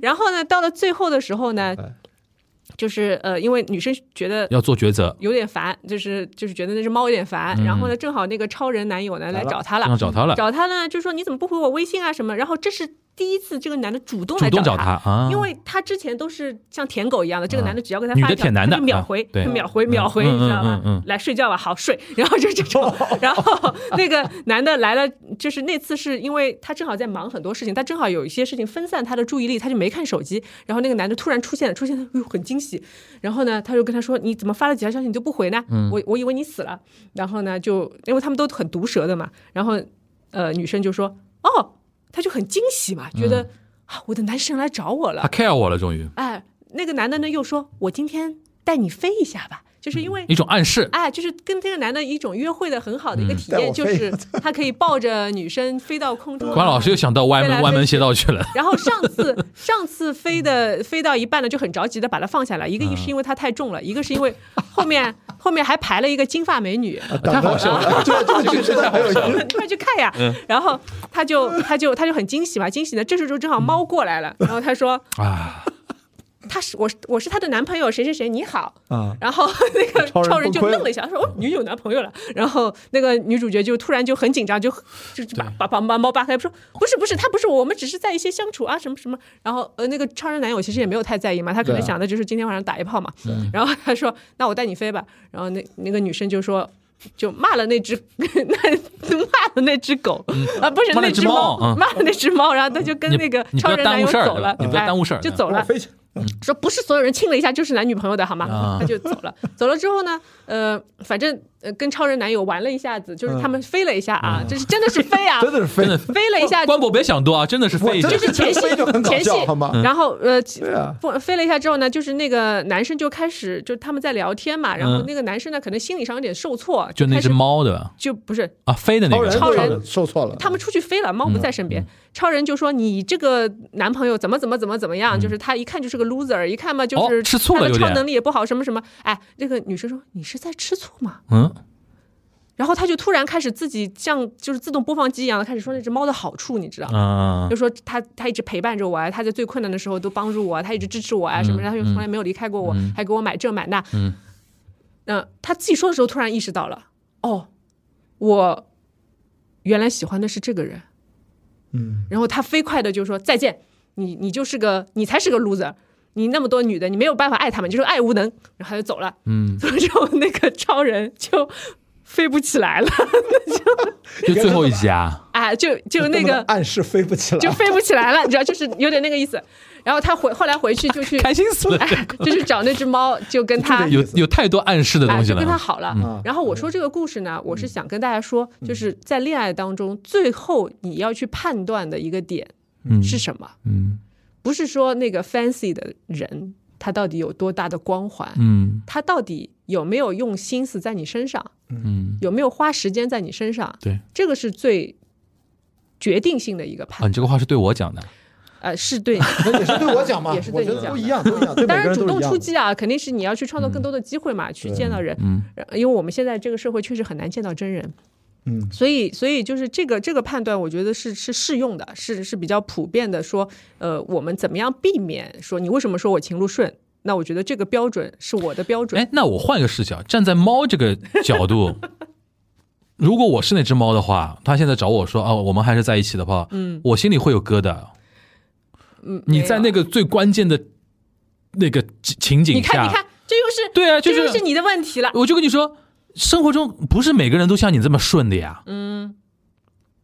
然后呢，到了最后的时候呢
哎，
就是呃，因为女生觉得
要做抉择，
有点烦，就是就是觉得那只猫有点烦，然后呢，正好那个超人男友呢来
了
找她了
正，好找他了，嗯
找她呢就说你怎么不回我微信啊什么，然后这是第一次这个男的主动
主
来
动找
她
他啊，
因为他之前都是像舔狗一样的，这个男的只要给他
女
发
的
一条
舔男的
他就秒
啊
回，
对
他秒回，秒回，
嗯
你知道
嗯嗯嗯
吧？来睡觉吧，好睡。然后就这 种，然后 那个男的来了，就是那次是因为他正好在忙很多事情，他正好有一些事情分散他的注意力，他就没看手机。然后那个男的突然出现了，出现了，哎呦，很惊喜。然后呢，他就跟他说：“你怎么发了几条消息你就不回呢？
嗯
我我以为你死了。”然后呢，就因为他们都很毒舌的嘛，然后呃，女生就说：“哦。”他就很惊喜嘛，觉
嗯
得、啊，我的男神来找我了
他。care 我了，终于
哎，那个男的呢又说：“我今天带你飞一下吧。”就是因为
嗯
一种暗示。
哎，就是跟这个男的一种约会的很好的一个体
嗯带
验，
我
就
飞
是他可以抱着女生飞到空 中。
关老师又想到歪门歪门邪 道去了，
然后上次上次飞的飞到一半了，就很着急的把它放下来。一个
嗯
一是因为它太重了，一个是因为后面 后面还排了一个金发美 女，
太好笑了，对，这个剧真的很有意思。
快去看呀！
嗯
然后他就他就他就很惊喜嘛，惊喜呢，这时候正好猫过来了，然
嗯
后他说
啊，
他是我是我是他的男朋友谁谁谁你好，
啊，
然 后那个
超人
超人就
崩溃了
愣了一下，他说哦你有男朋友了，然后那个女主角就突然就很紧张，就就就把把把把猫扒开，说不是不是他不是我，我们只是在一些相处啊什么什么，然后呃那个超人男友其实也没有太在意嘛，他可能
对啊
想的就是今天晚上打一炮嘛，
嗯
然后他说那我带你飞吧，然后那那个女生就说。就骂了那只 那骂了那只狗、啊，不是
嗯骂了
那
只
只
猫嗯
骂了那只猫，然后他就跟
你
那个
你不
超
要
人
耽
男
误
友
事儿
走
对
了
吧，你不要
哎
耽误事儿
就
对
走
我
了。
飞去，
说不是所有人亲了一下就是男女朋友的好
啊
吗？他就走了，走了之后呢，呃，反正呃跟超人男友玩了一下子，就是他们飞了一下啊，这是真的是飞啊，
嗯 真的是飞，
真的
飞了一下，
关博别想多啊，真的是
我
废一下
真。的
是前戏
飞就很搞
前戏
笑，好吗？嗯
然后呃。
对啊，
不飞了一下之后呢，就是那个男生就开始，就是他们在聊天嘛，然后
嗯
那个男生呢，可能心理上有点受挫，
就那
开
只
始
猫对吧？
就不是
啊，飞的那
超
个
人
超人
受挫了，
他们出去飞了，猫
嗯
不在身边。超人就说：“你这个男朋友怎么怎么怎么怎么样？就是他一看就是个 loser，一看嘛就
嗯哦
是
吃醋了
他的
有点
超能力也不好，什么什么。”哎，那个女生说：“你是在吃醋吗
嗯，？”
然后他就突然开始自己像就是自动播放机一样的开始说那只猫的好处，你知道。
啊
就，说他，他一直陪伴着我啊，他在最困难的时候都帮助我啊，他一直支持我啊，什么，然后他就从来没有离开过我，还给我买这买那。
嗯，
那他自己说的时候，突然意识到了，哦，我原来喜欢的是这个人。
嗯，
然后他飞快的就说再见，你你就是个你才是个 loser，你那么多女的，你没有办法爱她们，你就是爱无能。然后他就走了，
嗯，
走了之后那个超人就飞不起来了，
就最后一家，
啊，就就
这
那
么
个
暗示飞不起来，
就飞不起来了，你知道，就是有点那个意思。然后他回后来回去就去，
开心 死了。
哎，就去找那只猫，就跟他
有有太多暗示的
啊，
东西
就跟他
了。嗯
好了。
嗯
然后我说这个故事呢，我是想跟大家说，就是在恋爱当中，最后你要去判断的一个点
嗯
是什么，
嗯
不是说那个 fancy 的人他到底有多大的光环，
嗯
他到底有没有用心思在你身上，
嗯，
有没有花时间在你身上，
对
这个是最决定性的一个判
啊，你这个话是对我讲的。
呃，是对你。
也是对我讲 嘛，
也是
我
对你
觉
讲
得
的
都一样，都一样，对每
当
个
然，
人
主
都
动
一样
出。击啊，肯定是你要去创造更多的机会嘛，去见到人。
嗯
呃因为我们现在这个社会确实很难见到真人，
嗯，
所以所以就是这个这个判断，我觉得是是适用的，是是比较普遍的说。呃，我们怎么样避免说你为什么说我情路顺？那我觉得这个标准是我的标准。
哎，那我换一个视角，站在猫这个角度， 如果我是那只猫的话，它现在找我说哦，我们还是在一起的话，嗯，我心里会有疙瘩。
嗯，
你
没
在
有
那个最关键的那个情景
你
下，
看你看，这又是
对啊，就
这又
是
是你的问 题了。
我就跟你说，生活中不是每个人都像你这么顺的呀。
嗯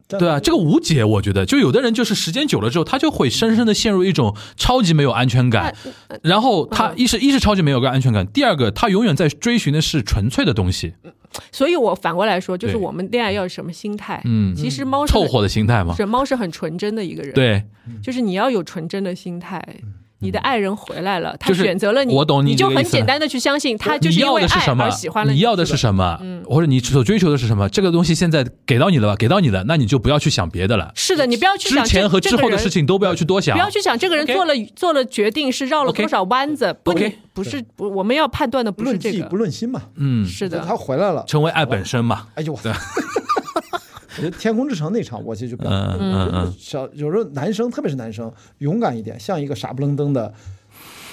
对啊，这个无解，我觉得就有的人就是时间久了之后，他就会深深的陷入一种超级没有安全感，
哎呃
然后他
嗯
一是一是超级没有个安全感，第二个他永远在追寻的是纯粹的东西，
所以我反过来说，就是
对
我们恋爱要有什么心态？
嗯，
其实哦猫是
凑
很
合的心态嘛。
是猫是很纯真的一个人。
对，
就是你要有纯真的心态。你的爱人回来了，他
嗯就是
选择了你，
我懂你
你，就
这个
很
意思
简单的去相信他，哎就是因
你要
为
的是
爱
什么
而喜欢了？
你要的是什么？
嗯
或者你所追求的是什么？这个东西现在给到你了吧？给到你了，那你就不要去想别的了。
是的，你不要去
之
想
前
这
和
这
之
个
后的
人
事情都不要去多想
不。要去想这个人
OK
做了做了决定是绕了
OK
多少弯子，不
OK
不是不，我们要判断的不是
论
这
迹
个
不，论心嘛，
嗯，
是的，
他回来了，
成为爱本身嘛。
哎呦我操！我觉得《天空之城》那场，我其实就表
嗯嗯嗯，
小有时候男生，特别是男生，勇敢一点，像一个傻不愣登的、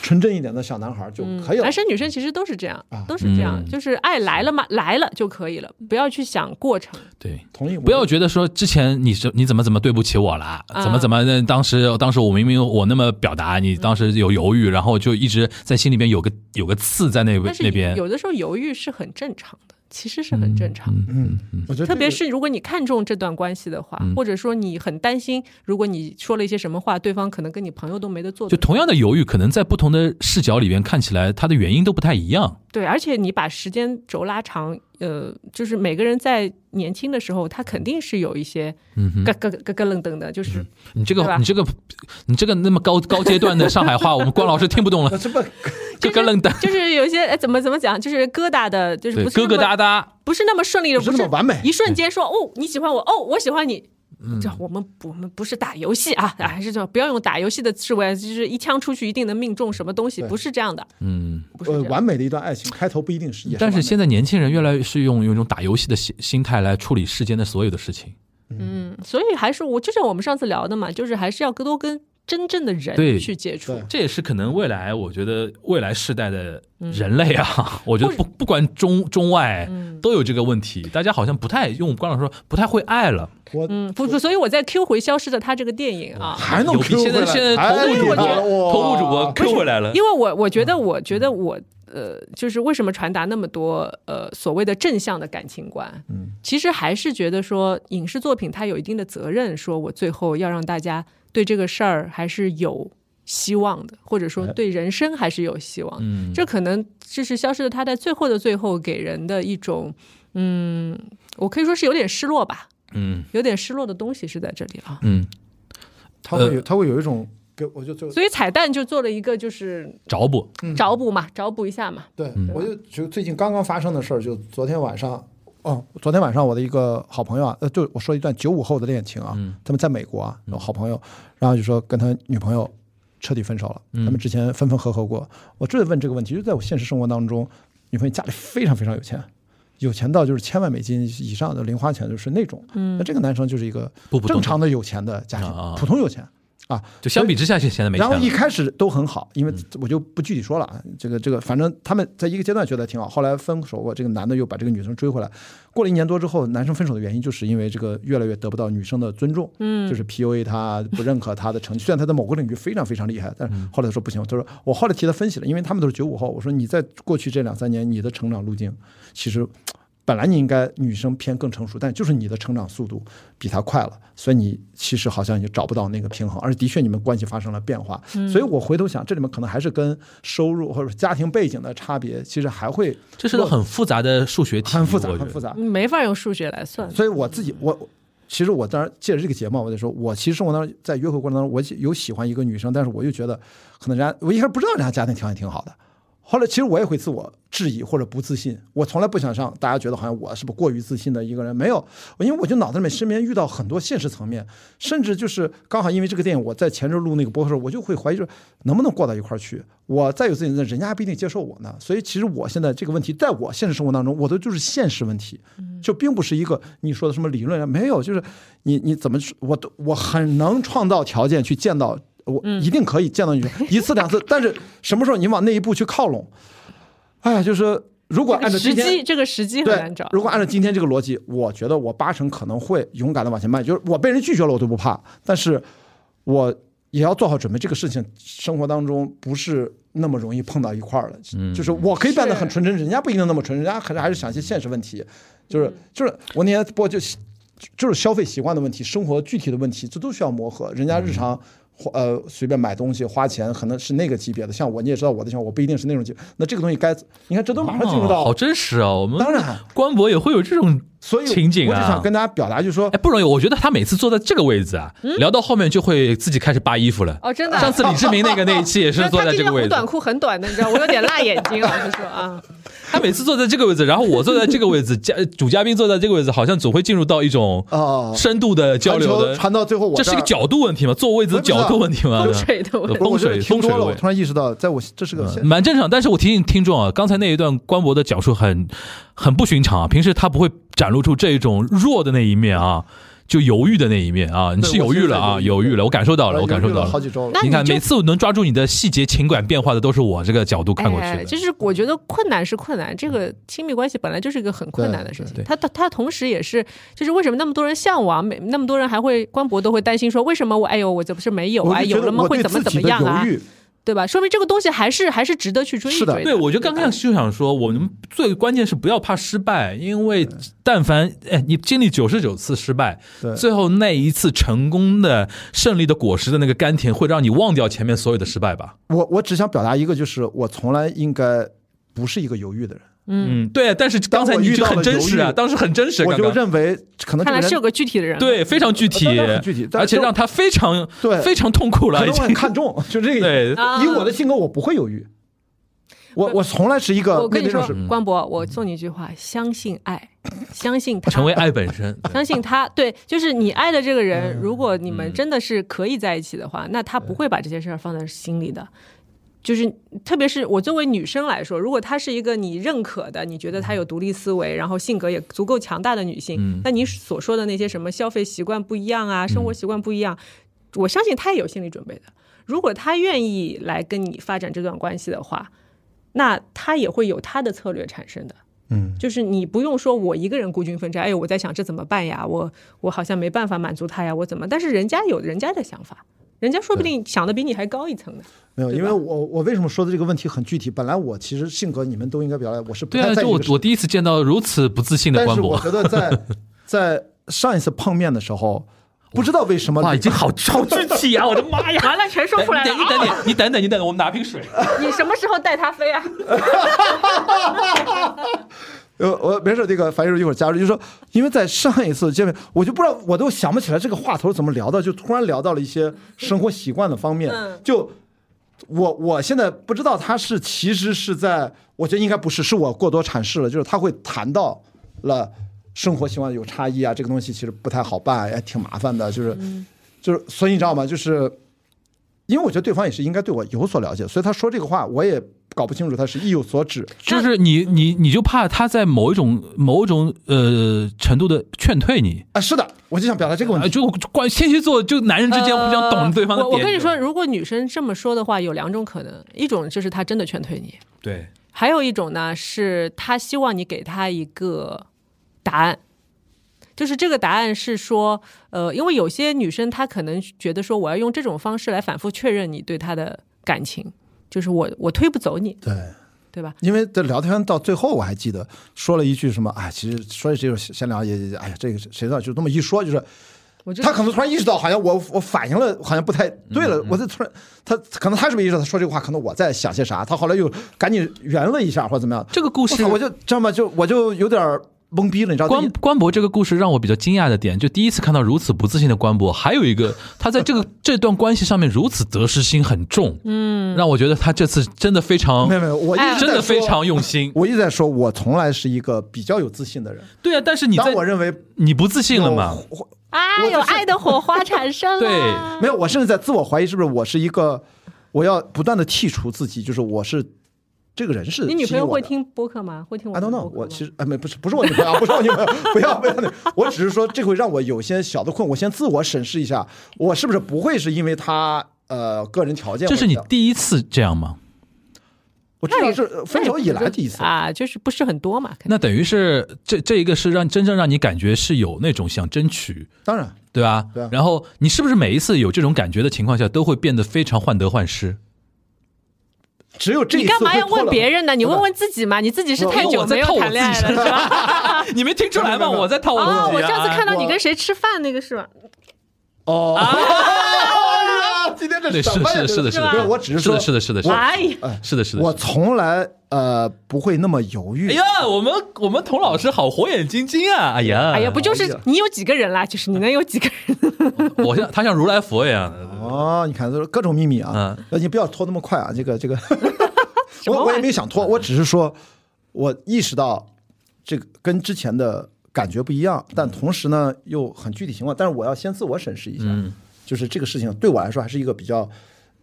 纯真一点的小男孩就可以了
嗯男。生女生其实都是这样
啊，
都是这
嗯
样，就是爱来了嘛，来了就可以了，不要去想过程。
对。
同意，
不要觉得说之前你是你怎么怎么对不起我啦，
啊
怎么怎么那当时当时我明明我那么表达，你当时有犹豫，然后就一直在心里边有个有个刺在那
但是
那边。
有的时候犹豫是很正常的，其实是很正常的。
嗯，我觉得
特别
这个
是如果你看重这段关系的话，
嗯
或者说你很担心，如果你说了一些什么话，对方可能跟你朋友都没得做
就
的。
同样的犹豫，可能在不同的视角里边看起来，它的原因都不太一样。
对，而且你把时间轴拉长，呃，就是每个人在年轻的时候，他肯定是有一些
嗯哼
咯咯咯咯楞噔的，
嗯
就是
你这
对
个
吧
你这个你这个那么高高阶段的上海话，我们关老师听 不懂
那
了，
这不
咯咯楞噔，
就是有一些哎，怎么怎么讲，就是疙瘩的，就是
对，
不是
疙疙
瘩，
瘩瘩，
不是那么顺利的，
不是
不
那么完美嗯
一瞬间说哦，你喜欢我，哦，我喜欢你。这我们不我们不是打游戏啊，啊还是这种不要用打游戏的思维，就是一枪出去一定能命中什么东西，
对
不是这样的，
嗯。
不是
呃
这样。
完美的一段爱情，开头不一定是，也
但是
是完
现在年轻人越来越是用用一种打游戏的心心态来处理世间的所有的事情，
嗯，所以还是我就像我们上次聊的嘛，就是还是要多跟真正的
对
人去接触
对。
这也是可能未来我觉得未来世代的人类
嗯
啊，我觉得不不管中中外都有这个问题，大家好像不太用关老师说不太会爱了，
美我
嗯，不不，所以我在 Q 回消失的他这个电影啊，
还能
有比
Q
现在
回来
现在头
哎
部主播
我觉得哇
头部主播 Q 回来了，
因为我我觉得，我觉得我呃，就是为什么传达那么多呃所谓的正向的感情观，
嗯，
其实还是觉得说影视作品它有一定的责任，说我最后要让大家对这个事儿还是有希望的，或者说对人生还是有希望的。
嗯，
这可能就是消失的他在最后的最后给人的一种，嗯，我可以说是有点失落吧，
嗯
有点失落的东西是在这里啊。
嗯
他会有他会有一种
呃
给我就就
所以彩蛋就做了一个就是
找补，
找补嘛，找补一下嘛。
对，
嗯
我就就最近刚刚发生的事儿，就昨天晚上，哦，昨天晚上我的一个好朋友啊，呃，就我说一段九五后的恋情啊，
嗯
他们在美国啊，有好朋友，然后就说跟他女朋友彻底分手了，
嗯
他们之前分分合合过。我这问这个问题，就在我现实生活当中，女朋友家里非常非常有钱。有钱到就是千万美金以上的零花钱，就是那种。那这个男生就是一个
普普通
正
通
常的有钱的家庭
啊啊，
普通有钱啊。
就相比之下现现在没钱
然后
了嗯
一，开始都很好，因为我就不具体说了啊，这个这个，反正他们在一个阶段觉得挺好，后来分手过，这个男的又把这个女生追回来，过了一年多之后，男生分手的原因就是因为这个越来越得不到女生的尊重，嗯，就是 PUA 她，不认可她 的成绩，虽然她在某个领域非常非常厉害，但
嗯
是后来他说不行，他说我后来替他分析了，因为他们都是九五后，我说你在过去这两三年你的成长路径其实。本来你应该女生偏更成熟，但就是你的成长速度比她快了，所以你其实好像也找不到那个平衡，而的确你们关系发生了变化。所以我回头想，这里面可能还是跟收入或者家庭背景的差别，其实还会
这是个很复杂的数学题，
很复杂，
嗯我觉
很
得
复杂。
没法用数学来算。
所以我自己，我其实我当然借着这个节目，我得说，我其实生活当中在约会过程当中，我有喜欢一个女生，但是我又觉得可能人家我一开始不知道人家家庭条件挺好的，后来其实我也会自我质疑或者不自信，我从来不想让大家觉得好像我是不是过于自信的一个人，没有，因为我就脑子里面身边遇到很多现实层面，甚至就是刚好因为这个电影，我在前周录那个播客的时候，我就会怀疑说能不能过到一块儿去，我再有自信，人家还不一定接受我呢，所以其实我现在这个问题，在我现实生活当中，我都就是现实问题，就并不是一个你说的什么理论啊，没有，就是你你怎么去我都我很能创造条件去见到。我一定可以见到你一次两次，但是什么时候你往那一步去靠拢？哎呀，就是如果按照
时
今
机，
天
这个时机很
对
难找，。
如果按照今天这个逻辑，我觉得我八成可能会勇敢的往前迈，就是我被人拒绝了我都不怕，但是我也要做好准备，这个事情生活当中不是那么容易碰到一块儿的，
嗯
就是我可以变得很纯真，人家不一定那么纯，人家还是还是想一些现实问题，就是
嗯
就是我那天播就就是消费习惯的问题，生活具体的问题，这都需要磨合。人家
嗯
日常。花呃，随便买东西花钱，可能是那个级别的。像我，你也知道我的情况，我不一定是那种级。那这个东西该，你看，这都马上进入
哦
到
好真实啊！我们
当然
官博也会有这种
所以
情景啊，
我就想跟大家表达，就是说
哎，，不容易。我觉得他每次坐在这个位置啊，
嗯
聊到后面就会自己开始扒衣服了。
哦真的啊
上次李志明那个那一期也是
他
坐在
今
这个
天
位
红
置，
短裤很短的，你知道，我有点辣眼睛，老实说 啊，
他每次坐在这个位置，然后我坐在这个位置，嘉主嘉宾坐在这个位置，好像总会进入到一种
哦
深度的交流
传球
的。
传到最后我
这是一个
儿
角度问题吗？坐位子的角度问题吗？
风水的问
呃
题。
不是
风
我就
水嗯
是听
风水
多了，我
位
突然意识到，在我这是个现
蛮正常。但是我提醒听众啊，刚才那一段官博的讲述很很不寻常啊，平时他不会展露出这种弱的那一面啊，就犹豫的那一面啊。你是
对我
犹豫
现在
了啊，
犹
犹
豫
豫了，我感受到
我
了，我感受到
呃了好几周了
那。
你
你
看，
就
每次能抓住你的细节情感变化的，都是我这个角度看过去的。
哎，就是我觉得困难是困难，这
嗯
个亲密关系本来就是一个很困难的事
对
情
对。
他他他同时也是，就是为什么那么多人向往，每那么多人还会官博都会担心说，为什么我哎呦我这不是没有
我
啊，
就觉
有
得
了吗
我
会
对
怎么
自
怎
己
么
的
样啊
犹，豫，
对吧？说明这个东西还是还是值得去追一
是的
追
对，我就刚刚就想说，我们最关键是不要怕失败，因为但凡哎，你经历九十九次失败
对，
最后那一次成功的胜利的果实的那个甘甜，会让你忘掉前面所有的失败吧？
我我只想表达一个，就是我从来应该不是一个犹豫的人，
嗯，对，但是刚才你就很真实
当我遇到了犹
啊，
豫
当时很真实，
我
刚
就
刚
认为可能这
看
个
来是有
人
个具体的人。，
对，非常具体
当然很具体，但
而且
就
让他非常
对
非常痛苦了，
可
已
能我
经
很看啊重，就这个。
对，
啊
以我的性格，我不会犹豫。我我从来是一个
我跟你
那
说
种是，
关博，我送你一句话：相信爱，相信他
成为爱本 身，
相信他，对，就是你爱的这个人，如果你们真的是可以在一起的话，那他不会把这些事儿放在心里的。就是，特别是我作为女生来说，如果她是一个你认可的，你觉得她有独立思维，然后性格也足够强大的女性，
嗯
那你所说的那些什么消费习惯不一样啊，生活习惯不一样，我相信她也有心理准备的。如果她愿意来跟你发展这段关系的话，那她也会有她的策略产生的。
嗯，
就是你不用说我一个人孤军奋战，哎呦，我在想这怎么办呀？我我好像没办法满足他呀，我怎么？但是人家有人家的想法，人家说不定想的比你还高一层呢。
没有，
对
因
吧
为我我为什么说的这个问题很具体？本来我其实性格你们都应该表达，我是不
对
太
啊，
在
就
意这
我
个事
我第一次见到如此不自信的
但
关
是我
博，
觉得在 在上一次碰面的时候，不知道为什么
哇，已经好好具体啊，我的妈呀！
完了，全说出来了
哎你。等
啊
你等你，你等等，你等等，我们拿瓶水。
你什么时候带他飞啊？
呃，我没事，这个樊一茹一会儿加入，就是说，因为在上一次见面，我就不知道，我都想不起来这个话头怎么聊的，就突然聊到了一些生活习惯的方面。就我我现在不知道他是其实是在，我觉得应该不是，是我过多阐释了，就是他会谈到了生活习惯有差异啊，这个东西其实不太好办，也挺麻烦的，就是、就是，所以你知道吗？就是因为我觉得对方也是应该对我有所了解，所以他说这个话我也搞不清楚他是意有所指。
就是你你你就怕他在某一种某一种呃程度的劝退你，
啊，是的，我就想表达这个问
啊，
题。
就就关于天蝎座就男人之间互相懂对方的
呃
点。
我我跟你说，，如果女生这么说的话，有两种可能，一种就是她真的劝退你，
对，
还有一种呢是她希望你给她一个答案。就是这个答案是说，呃，因为有些女生她可能觉得说，我要用这种方式来反复确认你对她的感情，就是我我推不走你，
对，
对吧？
因为这聊天到最后，我还记得说了一句什么，哎，其实说这种闲聊也，也哎呀，这个谁知道，就这么一说，就是
我就
他可能突然意识到，好像我我反应了，好像不太对
嗯
了，我在突然，他可能他是不是意识到他说这个话，可能我在想些啥，他后来又赶紧圆了一下或者怎么样，
这个故事
我操我就这么就我就有点懵逼了，你知道
关
吗？
关博这个故事让我比较惊讶的点，就第一次看到如此不自信的关博，还有一个他在这个这段关系上面如此得失心很 重，嗯，让我觉得他这次真的非常
没有没有，我一直
真
在
的非
说
常用心。
我一直在说，我从来是一个比较有自信的人。
对啊，但是你在
当我认为
你不自信了嘛？
有
啊，有爱的火花产生啊
对
了。
没有，我甚至在自我怀疑是不是我是一个，我要不断的剔除自己，就是我是这个人是
你女朋友会
吸引
听播客吗？会听
我
我
的？I
们
don't
的
know，
播客吗？
我其实哎没不是不是我女朋友啊，不是我女朋友，不要不要那，我只是说这会让我有些小的困，我先自我审视一下，我是不是不会是因为他呃个人条件或
这
者
是
怎
你
样，
第一次这样吗？
我至少是分手以来第一次，
啊，就是不是很多嘛？肯定
那等于是这这一个是让真正让你感觉是有那种想争取，
当然
对吧？
对啊
然后你是不是每一次有这种感觉的情况下，都会变得非常患得患失？
只有这一
你
次
干嘛
会
要
错
问
了
别人呢？你
对吧
问问自己嘛？你自己是
我
太
因为
久
我在
没有
套我
谈恋爱
自己
了，是 吧？
你没听出来
啊没
吗？
有没有
我在套我
哦，
自
我
己、啊。
上次看到你
我
跟谁吃饭那个是吧？
哦。哎呀今天这
对，是
什
的，
么
是
呀
的，是的，是
这
的，
没有我只是
是
说
的，是的，是的，是的，
哎呀，
是的，是的。
我从来呃不会那么犹豫。
哎呀，我们我们童老师好火眼金睛啊！哎呀，
哎呀，不就是你有几个人啦？就是你能有几个人？
我像他像如来佛一样，
哦，你看，都是各种秘密啊
嗯！
呃你不要拖那么快啊！这 个这个
什么玩意
我我也没想拖，我只是说，我意识到这个跟之前的感觉不一样，但
嗯
同时呢又很具体情况，但是我要先自我审视一下，
嗯
就是这个事情对我来说还是一个比较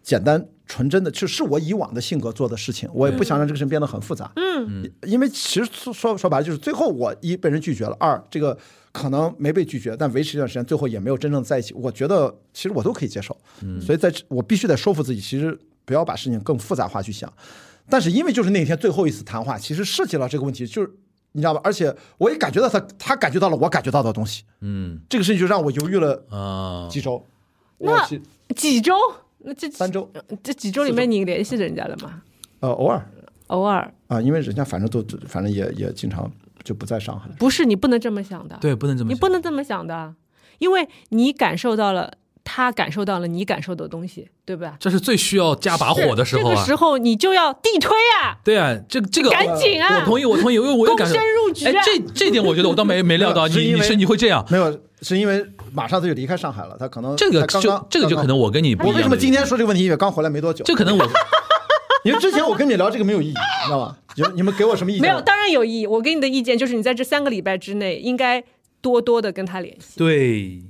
简单纯真的，就是我以往的性格做的事情，我也不
嗯
想让这个事情变得很复杂。嗯，因为其实说说说白了就是最后我一被人拒绝了，二这个。可能没被拒绝，但维持一段时间，最后也没有真正在一起。我觉得其实我都可以接受，所以在这我必须得说服自己，其实不要把事情更复杂化去想。但是因为就是那天最后一次谈话，其实涉及到这个问题，就是你知道吧？而且我也感觉到他，他感觉到了我感觉到的东西，
嗯
这个事情就让我犹豫了
啊，
几周，
那
我去
几周？那这
三周，
这几周里面你联系人家了吗？
呃，偶尔
偶尔
啊、因为人家反正都反正也也经常就不在上海，
不是，你不能这么想的。啊
对，不能这么
你
想，
不能这么想的，因为你感受到了他感受到了你感受的东西，对吧？
这是最需要加把火的时候
这
啊
个！时候你就要地推啊，
对啊，这个这个
赶紧啊
我同意，我同意，因为我有
躬
感受。
身入局
哎
啊！，
这这点我觉得我倒没没料到，
是
你
因
你
为呃
是你会这样，
没有，是因为马上他就离开上海了，他可能
这个
他刚
就
刚
这个就可能。我跟你不
刚
一
刚
样的地
我为什
方。
么今天说这个问题？也刚回来没多久，
这可能我
因为之前我跟你聊这个没有意义，你知道吗？你们你们给我什么意见？
没有，当然有意义。我给你的意见就是，你在这三个礼拜之内应该多多的跟他联系。
对，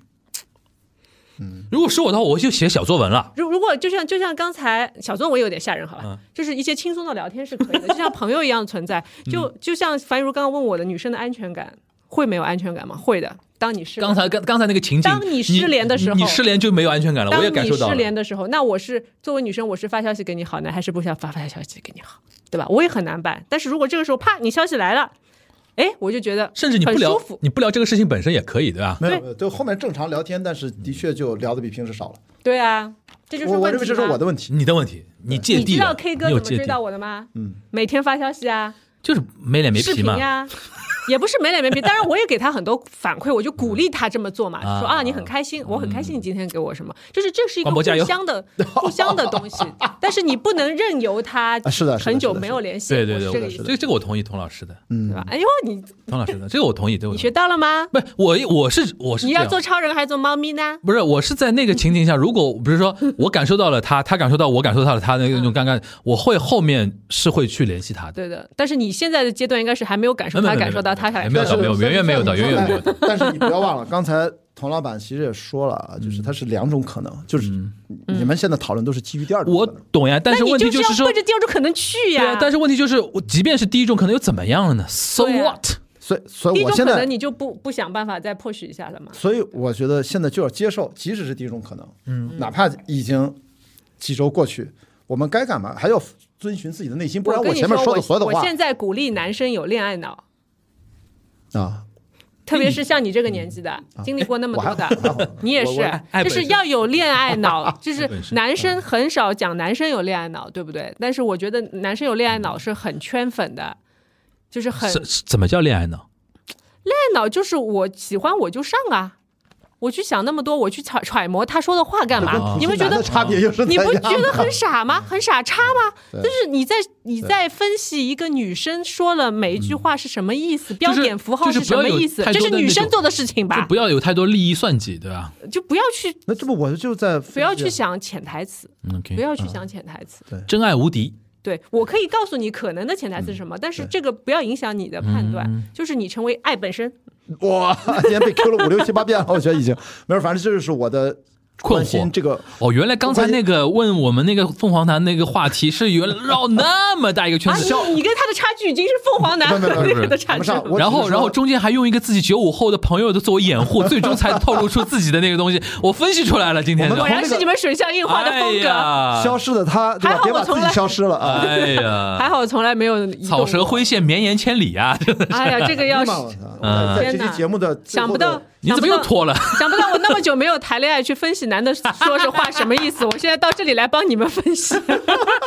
嗯，如果是我的话，我就写小作文了。
如如果就像就像刚才小作文有点吓人，好吧，
嗯
就是一些轻松的聊天是可以的，就像朋友一样存在。就就像樊玉茹刚刚问我的，女生的安全感会没有安全感吗？会的。当你是
刚才刚刚才那个情景，
当你失联的时候
你你失联就没有安全感了，
当
我也感
你
受到
失
了。
联的时候，那我是作为女生，我是发消息给你好呢，还是不想发发消息给你好，对吧？我也很难办。但是如果这个时候啪，你消息来了，哎，我就觉得
甚至你不
很舒
聊
服，
你不聊这个事情本身也可以，对吧？
没有，没有，就后面正常聊天，但是的确就聊的比平时少了。
对啊，这就是
我我
问
认为
题
这是
嘛
我的问啊题。
你的问题，你芥
你
蒂
知道
了，
K 哥怎
你有
么
芥
追
蒂，
到我的吗？
嗯，
每天发消息啊，
就是没脸没
视
皮
频啊
嘛。
呀、也不是没脸没皮。当然，我也给他很多反馈，我就鼓励他这么做嘛，
啊
说啊，你很开心，我很开心，你今天给我什么？就是这是一个
王博
互
加油
相 的、互相的东西，但是你不能任由他
啊是的是的
很久
是的
没有联系，
对对
我
对，
是这个
这个
意思，
这个我同意童老师的，
对吧？哎呦，你
童老师的这个我同意，对我
你
同
学
意。
到了吗？
不，我我是我是
你
这
要
样
做超人还是做猫咪呢？
不是，我是在那个情景下，如果比 如说我感受到了他，他感受到我感受到了他的
嗯
那种尴尬，我会后面是会去联系他的。
对的，但是你现在的阶段应该是还没有感受
没
他
有没有
感受到他
没有
感
没
受
有
到
没有没有远远没有的远远没有的。
但是你不要忘了，刚才童老板其实也说了啊，
嗯
就是它是两种可能，就是你们现在讨论都是基于第二种可
我
能。
懂呀，但是
那
问题
你就是是要
说
奔，着第二种可能去
对
呀
啊，。但是问题就是，我即便是第一种，可能又怎么样了呢？So
对啊
what？
所以所
第
以
一
我
种
现
可
在
能，你就不不想办法再 push 一下了嘛？
所以我觉得现在就要接受，即使是第一种可能，嗯，哪怕已经几周过去，我们该干嘛还要遵循自己的内心，不然
我跟你
前面
说
的所有的
我
话
现在鼓励男生有恋爱脑，
啊，
特别是像你这个年纪的，经历过那么
嗯我还
多
好我还
的，
好
你也
我我
是
爱，爱
就
本
是
身
要有恋爱 脑，就是
本身
男
嗯
生很少讲男生有恋爱脑，对不对？但是我觉得男生有恋爱脑是很圈粉的，就是很
是是怎么叫恋爱呢？
恋爱脑就是我喜欢我就上啊，我去想那么多，我去揣揣摩他说的话干嘛？你们觉
男
得
的差别又是
你不
怎样
觉得
的
很傻吗？很傻叉吗？
对
就是你在你在分析一个女生说了每一句话是什么意思，标
就是
点符号
就是
什
不
么
要有
意思，
太
这
多
是
的
女
那
生
种
做的事情
就
吧？
不要有太多利益算计，对吧
就不要去
那这不我就在
不要去想潜台词，
嗯
呃不
？OK，
要去想潜台词。
真爱无敌，
对我可以告诉你可能的潜台词是什么，但是这个不要影响你的判断，
嗯
就是你成为爱本身。
哇，今天被 Q 了五六七八遍了，我觉得已经没有，反正这就是我的
困惑
关 心这个。
哦，原来刚才那个问我们那个凤凰男那个话题是原来绕那么大一个圈
啊，
子，
你你跟他的差距已经是凤凰男
不
和
不不不
那个的差
不
距
是
了。
我
然
只是
后
说
然后中间还用一个自己九五后的朋友的做我掩 护，最终才透露出自己的那个东西。我分析出来了，今天哎
我们
果
的。
然是你们水象硬化的风格。
哎
消
呀，
失的他，对
还
吧
好？
别把
我从
自己
来
消失了啊！
哎
还
呀，
好从来没有移动
草蛇
过。
灰线绵延千里 啊！真的
哎呀，这个 要
哎
是啊
呀我操
嗯
在
天
这
哪
期节目的最
想
后
不
的
到，
你怎么又脱了？
想不到我那么久没有谈恋爱去分析男的说这话什么意 思，我现在到这里来帮你们分析。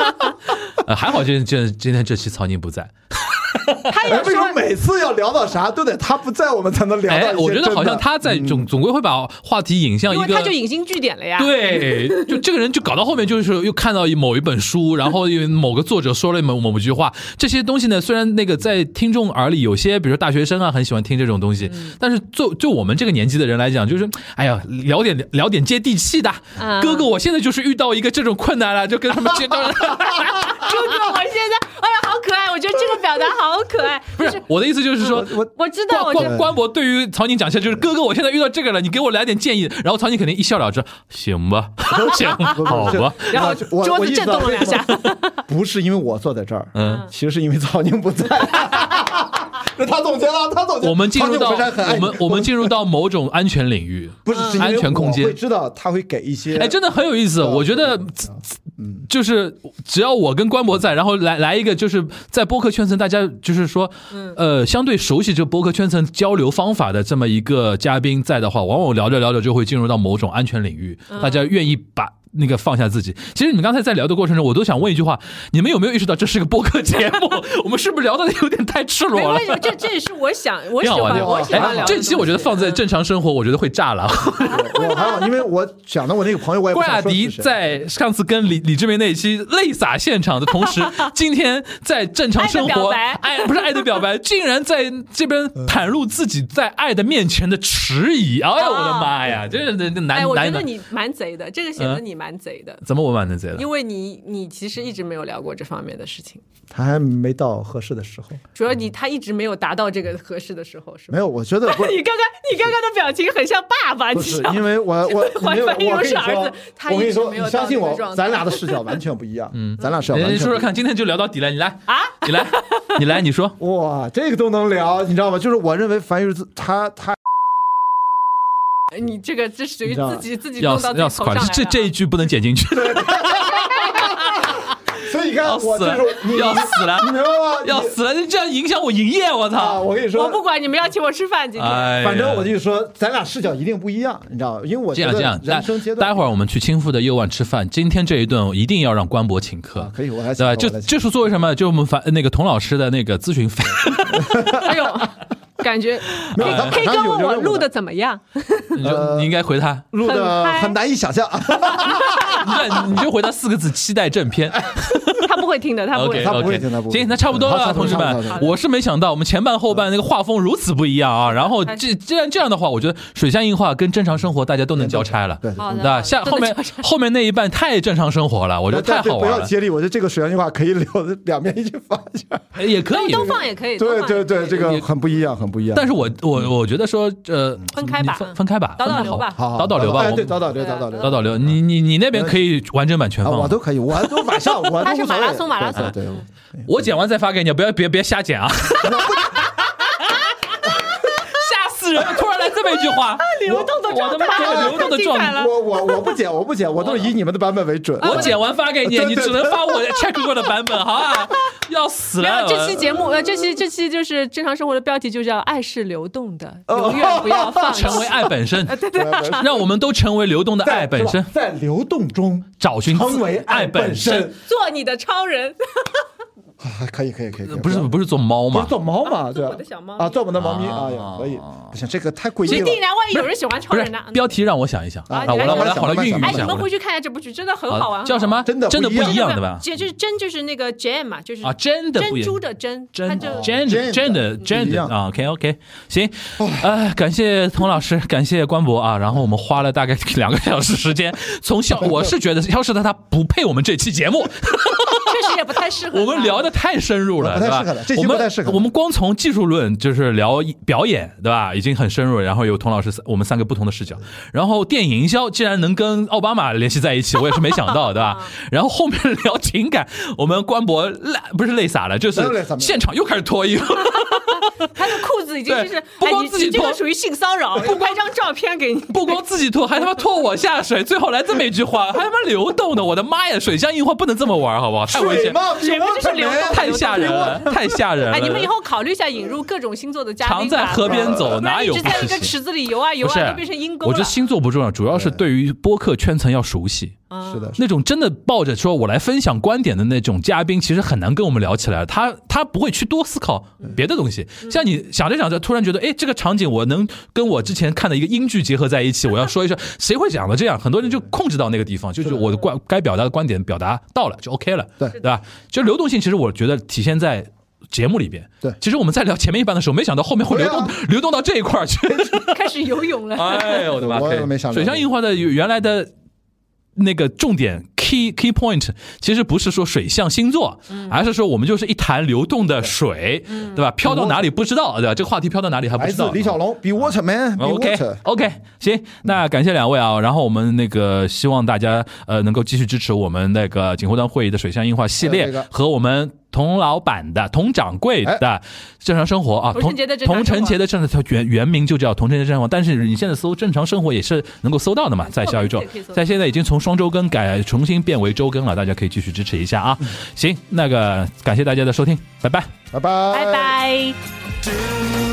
呃还好今今今天这期曹宁不在。
他
哎，
也
为什么
说。
每次要聊到啥都得他不在，我们才能聊到
哎，
一些
我觉得
真
好像
的嗯
他在总总归会把话题引向
因
一
为
个
他就引经据典了呀，
对，就这个人就搞到后面，就是又看到某一本书，然后有某个作者说了某某句话，这些东西呢，虽然那个在听众耳里有些，比如说大学生啊，很喜欢听这种东西，但是就就我们这个年纪的人来讲，就是哎呀，聊点聊点接地气的。
嗯
哥哥，我现在就是遇到一个这种困难了，就跟他们接到了。
猪猪，我现在，哎呀，好可爱！我觉得这个表达好可爱。
不是我的意思，就是说。
我
我知道，我
关
觉得
关关博对于曹宁讲一下，就是哥哥，我现在遇到这个了，你给我来点建议。然后曹宁肯定一笑了之，行吧，行，
不
好
是
吧，
然后
我
桌子震
啊
动了两 下，
我意识到为什么不是因为我坐在这儿，
嗯，
其实是因为曹宁 不在。这他总结了，他总结了。
我们进入到
曹宁本身很爱
我
你
们我们进入到某种安全领 域，
不是是因为
嗯安全空间
我会知道他会给一些
哎，真的很有意思。
嗯
我觉得就是只要我跟关博在，然后来来一个就是在播客圈层大家就是说，
嗯
呃，相对熟悉这播客圈层交流方法的这
嗯
么一个嘉宾在的话，往往聊着聊着就会进入到某种安全领域，大家愿意把。那个放下自己。其实你们刚才在聊的过程中，我都想问一句话：你们有没有意识到这是个播客节目？ 我们是不是聊的有点太赤裸
没
了
关？系，这这也是我想我喜
挺好玩
欢
的，
我喜欢聊的，
哎这期我觉得放在
嗯
正常生活，我觉得会炸 了。
我我还好，因为我讲的我那个朋友，我也不
郭
想
亚
说
迪
是谁。
在上次跟李李志明那一期泪洒现场的 同时，今天在正常生活
爱的表白
爱不是爱的 表白，竟然在这边袒露自己在爱的面前的迟疑。哎呀，我的妈
嗯
呀，这是难
哦哎，我觉
难
得
难。
你蛮贼的，这个显得
嗯
你蛮贼的，
怎么我蛮能贼的？
因为你你其实一直没有聊过这方面的事情，
他还没到合适的时候，
主要你他一直没有达到这个合适的时候，是吧
嗯没？有，我觉得不
你刚刚你刚刚的表情很像爸爸，
不
你
是
知道，
因为 我我
怀
没有，我
怀
跟你
疑我是儿
说
子他，
我跟你
一直
说，
没
你
有
相
到
信
那个
我
状，态
咱俩的视角完全不一样，嗯，咱俩视角完
你
全
说
不一
说
样。
看，今天就聊到底了，你来啊，你来，你来，你说。
哇，这个都能聊，你知道吗？就是我认为樊玉自他他
你这个这属于
你知道
自己自己
要
弄到
死
自
要
己
死
头
垮
上来
了！
了。
这这一句不能剪进 去，
所以你看
要死
我就
了
是你，，
要死了
你，明白 吗？
要死了！这样影响我营业，我
你啊！
操！
我跟你说，
我不管你们要请我吃饭今天，
哎呀，
反正我就说，咱俩视角一定不一样，你知道吗？因为我
这
觉
样
得
这样，
人生阶
待
段，
待会儿我们去青富的右腕吃饭。今天这一顿我一定要让官博请客，
啊可以我来
对吧？就
请我来请
就是作为什么？就我们反那个童老师的那个咨询费，
哎呦，感觉
没有咱
K K
们咱
哥
们有
问
有
我
任务
录
的
的怎么样？
你
呃
就你应该回他，
录的
很嗨
很难以想象，
你就你就回他四个字：期待正片。
他不会听的，他不
OK
会。
他不会
OK，
听他不会
行，那差不多
好
了，
差不多
同志
差不多差
们
不，
我是没想到我们前半后半那个画风如此不一样啊。然后这既然这样的话，我觉得水象硬化跟正常生活大家都能交差了。
对对
好的
吧？下 后面后面那一半太正常生活了， 我觉得
但
太
是
好
不
玩
要
了，
接力，我觉得这个水上计划可以留两面一起发一下。
哎也可
都
以
都放也可以，
对
都放也
对
可
对，
以
这个很不一样，很不一样。
但是我
嗯
我我觉得说，呃，
分开吧
你分分开吧，
导导
分开
流吧
好好
导导流吧，
哎
我
对，
们嗯
导导流，
对啊
导导流，
导导流，你你你那边可以完整版全
啊，
放，
我都可以，我都晚上我
他
都
是
无所谓
马拉松马拉松
对对，对
我剪完再发给你，不要别别瞎剪啊，吓死人！突然来这么一句
啊
话，流动的我的妈呀，流动的状态。
我我我不剪，我不剪，我都是以你们的版本为准。
我剪完发给你，
对
你
对
只能发我 check 过的版本，好啊，要死
没
了
有！这期节目，呃，这期这期就是正常生活的标题，就叫“爱是流动的，永远不要放弃
成为爱 本身，
对对对
让我们都成为流动的爱本身
是吧，在流动中
找寻自
成为
爱
爱本身。。
做你的超人
啊，可以可以可以，可
呃
以
不是不是做猫
不是
吗？
做猫嘛？对吧，
我的小猫咪
啊，做我们的猫咪，
啊
哎呀，可以，不行，这个太诡”。异
一定
了。
然，万一有人喜欢超
不是
人呢？
标题让我想一想
啊
我来我来好了
你
孕育
哎，
一
来想
你
下，
们
我
回
来
去看一下这部剧，真的很好玩。
啊叫什
么？
么？
真的不
真的不一
一
样
的
对吧？
这就是真就是那个 jam 嘛，就是
啊，真的不
珍
一样
珠。的珍，它
真
就
真的
真
真
的
的真
不一
的
样
啊，OK OK，行，呃，感谢童老师，感谢官博啊，然后我们花了大概两个小时时间，从消，我是觉得消失的他不配我们这期节目，
确实也不太适合。
我们聊的太深入了，
不太
对吧
适合的这期
我们
不太适合
我们光从技术论就是聊表演，对吧？已经很深入了。然后有童老师，我们三个不同的视角。然后电影营销竟然能跟奥巴马联系在一起，我也是没想到，对 吧？然后后面聊情感，我们官博累不是累傻了，就是
没有累傻没有
现场又开始脱衣服。
他的裤子已经就是
对，不光
哎你
自己
你这
脱
个属于性骚扰，不拍张照片 给你。
不光自己拖，还他妈拖我下水，最后来这么一句话，还他妈流动的，我的妈呀！水象硬化不能这么玩，好不好？太危
水
险，
嘛，比我
就是流动
可能
太吓人了，太吓人了。
哎，你们以后考虑一下引入各种星座的嘉宾吧。
呃常在河边走，
不然
哪有
一
不
直在一
湿
个
鞋？
池子里游啊游
不是
啊，都变成阴沟
我觉
了。
得星座不重要，主要是对于播客圈层要熟悉。
是的，
那种真的抱着说我来分享观点的那种嘉宾，其实很难跟我们聊起来。他他不会去多思考别的东西。像你想着想着，突然觉得，哎，这个场景我能跟我之前看的一个英剧结合在一起，我要说一 说，谁会讲的这样？很多人就控制到那个地方，就是我的观该表达的观点表达到了就 OK 了，
对
对吧？就流动性，其实我觉得体现在。节目里边，
对
其实我们在聊前面一半的时候，没想到后面会流动、
对啊
流动到这一块儿去。
开始游泳了。
哎呦我的妈！
我
可
也
以
没想到
水象硬化的原来的那个重点 key key point，其实不是说水象星座，而是说我们就是一潭流动的水，对吧？飘到哪里不知道，对吧？这个话题飘到哪里还不
来
知
自
道。
嗯李小龙，Be Waterman，Be
OK
Water。
OK，行，那感谢两位啊，然后我们那个希望大家呃能够继续支持我们那个锦湖端会议的水象硬化系
还
列
有这个哎
和我们童老板的童掌柜的正常生活啊，
童
童
承杰的正常生
童
活
承杰的正常原原名就叫童承杰正常生活，但是你现在搜正常生活也是能够搜到的嘛，在小宇宙
也哦可以搜，到
在现在已经从双周更改重新变为周更了，大家可以继续支持一下
嗯
啊。行，那个感谢大家的收听，拜拜。
拜拜，
拜。拜。
do